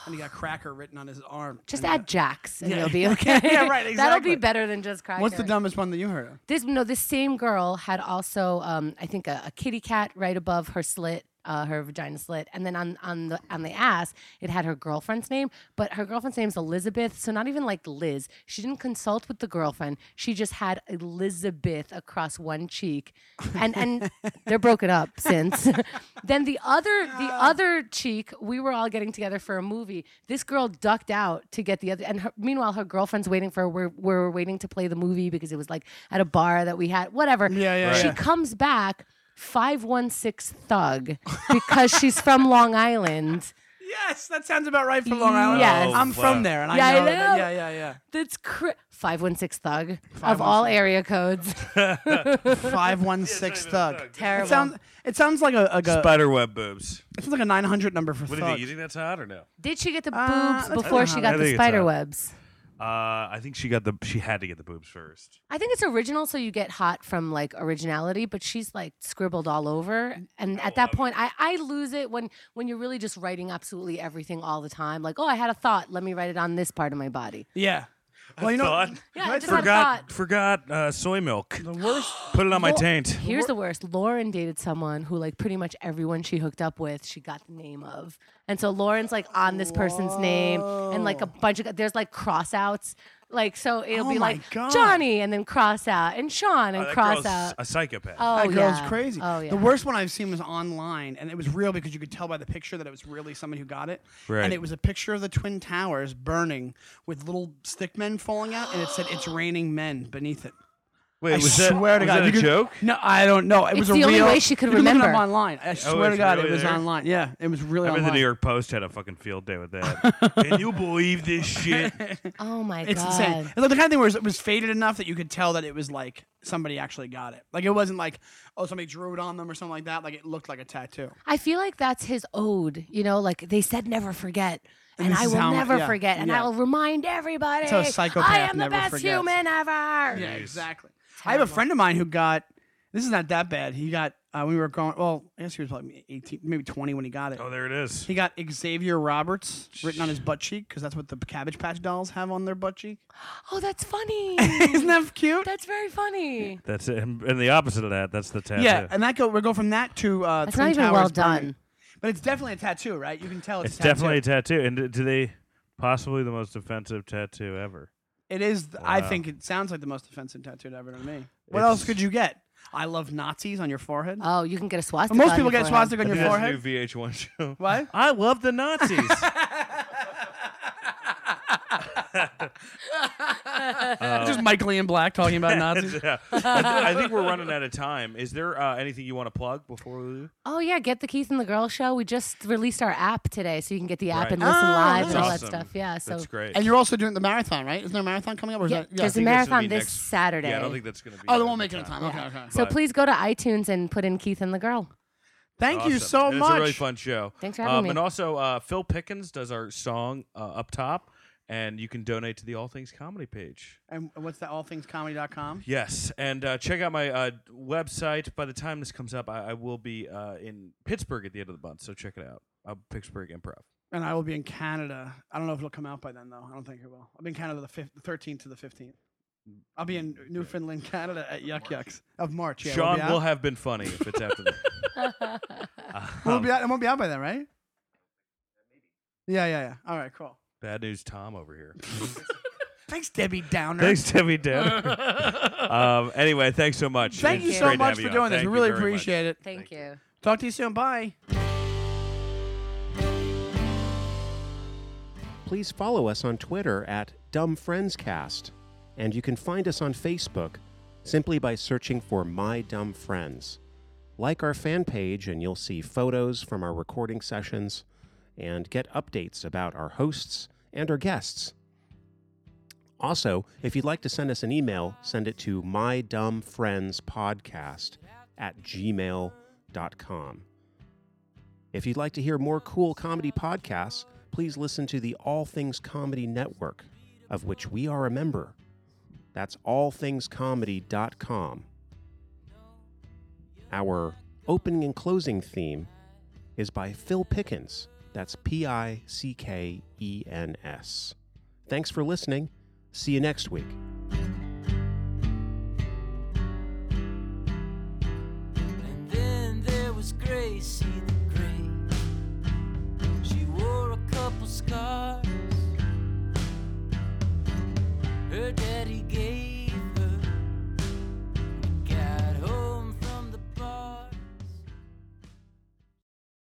[SPEAKER 1] and he got cracker written on his arm
[SPEAKER 3] Just
[SPEAKER 1] And, uh,
[SPEAKER 3] add Jax and
[SPEAKER 1] Yeah.
[SPEAKER 3] you'll be okay.
[SPEAKER 1] Yeah, right,
[SPEAKER 3] That'll be
[SPEAKER 1] exactly.
[SPEAKER 3] better than just cracker.
[SPEAKER 1] what's the dumbest one that you heard of
[SPEAKER 3] This no, this same girl had also, um, I think, a, a kitty cat right above her slit, uh, her vagina slit, and then on on the on the ass, it had her girlfriend's name, but her girlfriend's name's Elizabeth, so not even like Liz. She didn't consult with the girlfriend. She just had Elizabeth across one cheek, and and they're broken up since. then the other the other cheek, we were all getting together for a movie. This girl ducked out to get the other, and her, meanwhile her girlfriend's waiting for her. We're, we're waiting to play the movie because it was like at a bar that we had, whatever.
[SPEAKER 1] Yeah, yeah,
[SPEAKER 3] She
[SPEAKER 1] yeah.
[SPEAKER 3] comes back. 516 thug because she's from Long Island.
[SPEAKER 1] yes that sounds about right for Long Island
[SPEAKER 3] Yes.
[SPEAKER 1] I'm
[SPEAKER 2] Oh, wow.
[SPEAKER 1] from there and
[SPEAKER 3] Yeah, I
[SPEAKER 1] I know, that-
[SPEAKER 3] know.
[SPEAKER 1] yeah yeah yeah
[SPEAKER 3] That's cr- 516 thug of all area codes.
[SPEAKER 1] five one six thug
[SPEAKER 3] Terrible.
[SPEAKER 1] it sounds it sounds like a, like a
[SPEAKER 2] Spider web boobs.
[SPEAKER 1] it sounds like a nine hundred number for
[SPEAKER 2] What do you
[SPEAKER 1] thug
[SPEAKER 2] think? You think that's hot or no?
[SPEAKER 3] Did she get the
[SPEAKER 1] Uh,
[SPEAKER 3] boobs before she
[SPEAKER 2] I
[SPEAKER 3] got
[SPEAKER 2] think
[SPEAKER 3] the
[SPEAKER 2] it's
[SPEAKER 3] spider
[SPEAKER 2] hot.
[SPEAKER 3] webs?
[SPEAKER 2] Uh, I think she got the. She had to get the boobs first.
[SPEAKER 3] I think it's original, so you get hot from like originality, but she's like scribbled all over. And at that point, I, I lose it when when you're really just writing absolutely everything all the time. Like, oh, I had a thought. Let me write it on this part of my body.
[SPEAKER 1] yeah well you know
[SPEAKER 2] Thought.
[SPEAKER 3] Yeah, I just had a
[SPEAKER 2] Forgot.
[SPEAKER 3] thought.
[SPEAKER 2] Forgot uh, soy milk.
[SPEAKER 1] the worst
[SPEAKER 2] Put it on my
[SPEAKER 3] Well,
[SPEAKER 2] taint.
[SPEAKER 3] Here's the worst. Lauren dated someone who, like, pretty much everyone she hooked up with, she got the name of. And so Lauren's like on this person's name, and like a bunch of there's like cross outs. Like so, it'll
[SPEAKER 1] Oh
[SPEAKER 3] be
[SPEAKER 1] my
[SPEAKER 3] like
[SPEAKER 1] God. Oh,
[SPEAKER 3] Johnny, and then cross out, and Sean, and
[SPEAKER 2] that
[SPEAKER 3] cross
[SPEAKER 2] girl's
[SPEAKER 3] out.
[SPEAKER 2] a psychopath.
[SPEAKER 3] Oh
[SPEAKER 1] that girl's
[SPEAKER 3] yeah.
[SPEAKER 1] crazy.
[SPEAKER 3] Oh yeah.
[SPEAKER 1] The worst one I've seen was online, and it was real because you could tell by the picture that it was really someone who got it.
[SPEAKER 2] Right.
[SPEAKER 1] And it was a picture of the Twin Towers burning with little stick men falling out, and it said, It's raining men beneath it.
[SPEAKER 2] Wait,
[SPEAKER 1] I
[SPEAKER 2] was that,
[SPEAKER 1] swear to God.
[SPEAKER 2] was that a
[SPEAKER 1] you could-
[SPEAKER 2] joke?
[SPEAKER 1] No, I don't know. It
[SPEAKER 3] It's
[SPEAKER 1] was a
[SPEAKER 3] the only
[SPEAKER 1] real,
[SPEAKER 3] way she could
[SPEAKER 1] you look it up
[SPEAKER 3] remember.
[SPEAKER 1] online. I swear to
[SPEAKER 2] Oh, it's
[SPEAKER 1] God,
[SPEAKER 2] really
[SPEAKER 1] it was
[SPEAKER 2] there?
[SPEAKER 1] online. Yeah, it was really
[SPEAKER 2] I bet
[SPEAKER 1] online.
[SPEAKER 2] the New York Post had a fucking field day with that. Can you believe this shit?
[SPEAKER 3] oh my
[SPEAKER 1] It's
[SPEAKER 3] god.
[SPEAKER 1] insane. And the kind of thing where it was faded enough that you could tell that it was like somebody actually got it. Like it wasn't like oh somebody drew it on them or something like that. Like it looked like a tattoo.
[SPEAKER 3] I feel like that's his ode. You know, like they said, never forget. And,
[SPEAKER 1] this
[SPEAKER 3] I
[SPEAKER 1] is
[SPEAKER 3] will
[SPEAKER 1] how mu-
[SPEAKER 3] never
[SPEAKER 1] yeah,
[SPEAKER 3] forget, and
[SPEAKER 1] yeah.
[SPEAKER 3] I will remind everybody.
[SPEAKER 1] how a psychopath
[SPEAKER 3] I am the
[SPEAKER 1] never
[SPEAKER 3] best
[SPEAKER 1] forgets.
[SPEAKER 3] human ever.
[SPEAKER 1] Yeah,
[SPEAKER 2] Jeez.
[SPEAKER 1] exactly. I have a
[SPEAKER 3] Terrible.
[SPEAKER 1] friend of mine who got. This is not that bad. He got. Uh, we were going. Well, I guess he was probably eighteen, maybe twenty when he got it.
[SPEAKER 2] Oh, there it is.
[SPEAKER 1] He got Xavier Roberts written on his butt cheek because that's what the Cabbage Patch dolls have on their butt cheek.
[SPEAKER 3] Oh, that's funny.
[SPEAKER 1] Isn't that cute?
[SPEAKER 3] that's very funny.
[SPEAKER 2] That's it. And and the opposite of that, that's the tattoo.
[SPEAKER 1] yeah, and that go. We go from that to uh,
[SPEAKER 3] That's
[SPEAKER 1] Twin
[SPEAKER 3] not even
[SPEAKER 1] Towers
[SPEAKER 3] well
[SPEAKER 1] Burning.
[SPEAKER 3] done.
[SPEAKER 1] But it's definitely a tattoo, right? You can tell it's,
[SPEAKER 2] it's
[SPEAKER 1] a tattoo.
[SPEAKER 2] definitely a tattoo. And do- do they possibly the most offensive tattoo ever?
[SPEAKER 1] It is. th- I
[SPEAKER 2] Wow.
[SPEAKER 1] think it sounds like the most offensive tattoo ever done to me. What
[SPEAKER 2] It's-
[SPEAKER 1] else could you get? I love Nazis on your forehead.
[SPEAKER 3] Oh, you can get a swastika.
[SPEAKER 1] Most
[SPEAKER 3] on
[SPEAKER 1] people
[SPEAKER 3] your
[SPEAKER 1] get
[SPEAKER 3] forehead.
[SPEAKER 1] swastika on your forehead.
[SPEAKER 2] new VH1 show.
[SPEAKER 1] What?
[SPEAKER 2] I love the Nazis.
[SPEAKER 1] Just Michael Ian Black talking about Nazis.
[SPEAKER 2] yeah. I, thi- I think we're running out of time. Is there uh, anything you want to plug before we leave?
[SPEAKER 3] Oh yeah, get the Keith and the Girl show. We just released our app today, so you can get the app
[SPEAKER 2] Right.
[SPEAKER 3] and listen
[SPEAKER 1] Oh,
[SPEAKER 3] live
[SPEAKER 1] nice.
[SPEAKER 3] and all
[SPEAKER 2] Awesome.
[SPEAKER 3] that stuff. Yeah, so
[SPEAKER 2] That's great.
[SPEAKER 1] And you're also doing the marathon, right? Isn't there a marathon coming up? Or is
[SPEAKER 3] Yeah,
[SPEAKER 1] that,
[SPEAKER 3] there's
[SPEAKER 2] I
[SPEAKER 3] a
[SPEAKER 2] think that's gonna
[SPEAKER 3] marathon
[SPEAKER 2] be
[SPEAKER 3] this
[SPEAKER 2] next-
[SPEAKER 3] Saturday.
[SPEAKER 2] Yeah, I don't think that's going to be.
[SPEAKER 1] oh, the
[SPEAKER 2] at
[SPEAKER 1] one
[SPEAKER 2] the
[SPEAKER 1] making a time. Okay, okay.
[SPEAKER 3] so
[SPEAKER 2] but-
[SPEAKER 3] please go to iTunes and put in Keith and the Girl.
[SPEAKER 1] Thank you
[SPEAKER 2] Awesome.
[SPEAKER 1] so
[SPEAKER 2] It was
[SPEAKER 1] much.
[SPEAKER 2] a really fun show.
[SPEAKER 3] Thanks for having
[SPEAKER 2] um,
[SPEAKER 3] me.
[SPEAKER 2] And also, uh, Phil Pickens does our song uh, up top, and you can donate to the All Things Comedy page.
[SPEAKER 1] And what's that? Allthingscomedy.com.
[SPEAKER 2] Yes, and uh, check out my uh, website. By the time this comes up, I, I will be uh, in Pittsburgh at the end of the month, so check it out. Uh, Pittsburgh Improv.
[SPEAKER 1] And I will be in Canada. I don't know if it'll come out by then, though. I don't think it will. I'll be in Canada the, 5th, the 13th to the 15th. I'll be in Newfoundland, Canada at Yuck Yucks of March. Yeah,
[SPEAKER 2] Sean
[SPEAKER 1] we'll be out.
[SPEAKER 2] will have been funny if it's after that.
[SPEAKER 1] We'll be out. It won't be out by then, right? Yeah, yeah, yeah. All right, cool.
[SPEAKER 2] Bad news, Tom over here.
[SPEAKER 1] Thanks, Debbie Downer.
[SPEAKER 2] thanks, Timmy Dan. um, anyway, thanks so much.
[SPEAKER 1] Thank
[SPEAKER 2] It's
[SPEAKER 1] you
[SPEAKER 2] great
[SPEAKER 1] so
[SPEAKER 2] to
[SPEAKER 1] much
[SPEAKER 2] have
[SPEAKER 1] for
[SPEAKER 2] you on.
[SPEAKER 1] doing this. We
[SPEAKER 2] Thank you
[SPEAKER 1] really
[SPEAKER 2] very much.
[SPEAKER 1] appreciate it.
[SPEAKER 3] Thank you.
[SPEAKER 1] Talk to you soon. Bye.
[SPEAKER 4] Please follow us on Twitter at DumbFriendsCast, and you can find us on Facebook simply by searching for My Dumb Friends. Like our fan page, and you'll see photos from our recording sessions and get updates about our hosts and our guests. Also, if you'd like to send us an email, send it to mydumbfriendspodcast at gmail.com. If you'd like to hear more cool comedy podcasts, please listen to the All Things Comedy Network, of which we are a member. That's allthingscomedy.com. Our opening and closing theme is by Phil Pickens. That's P I C K E N S. Thanks for listening. See you next week.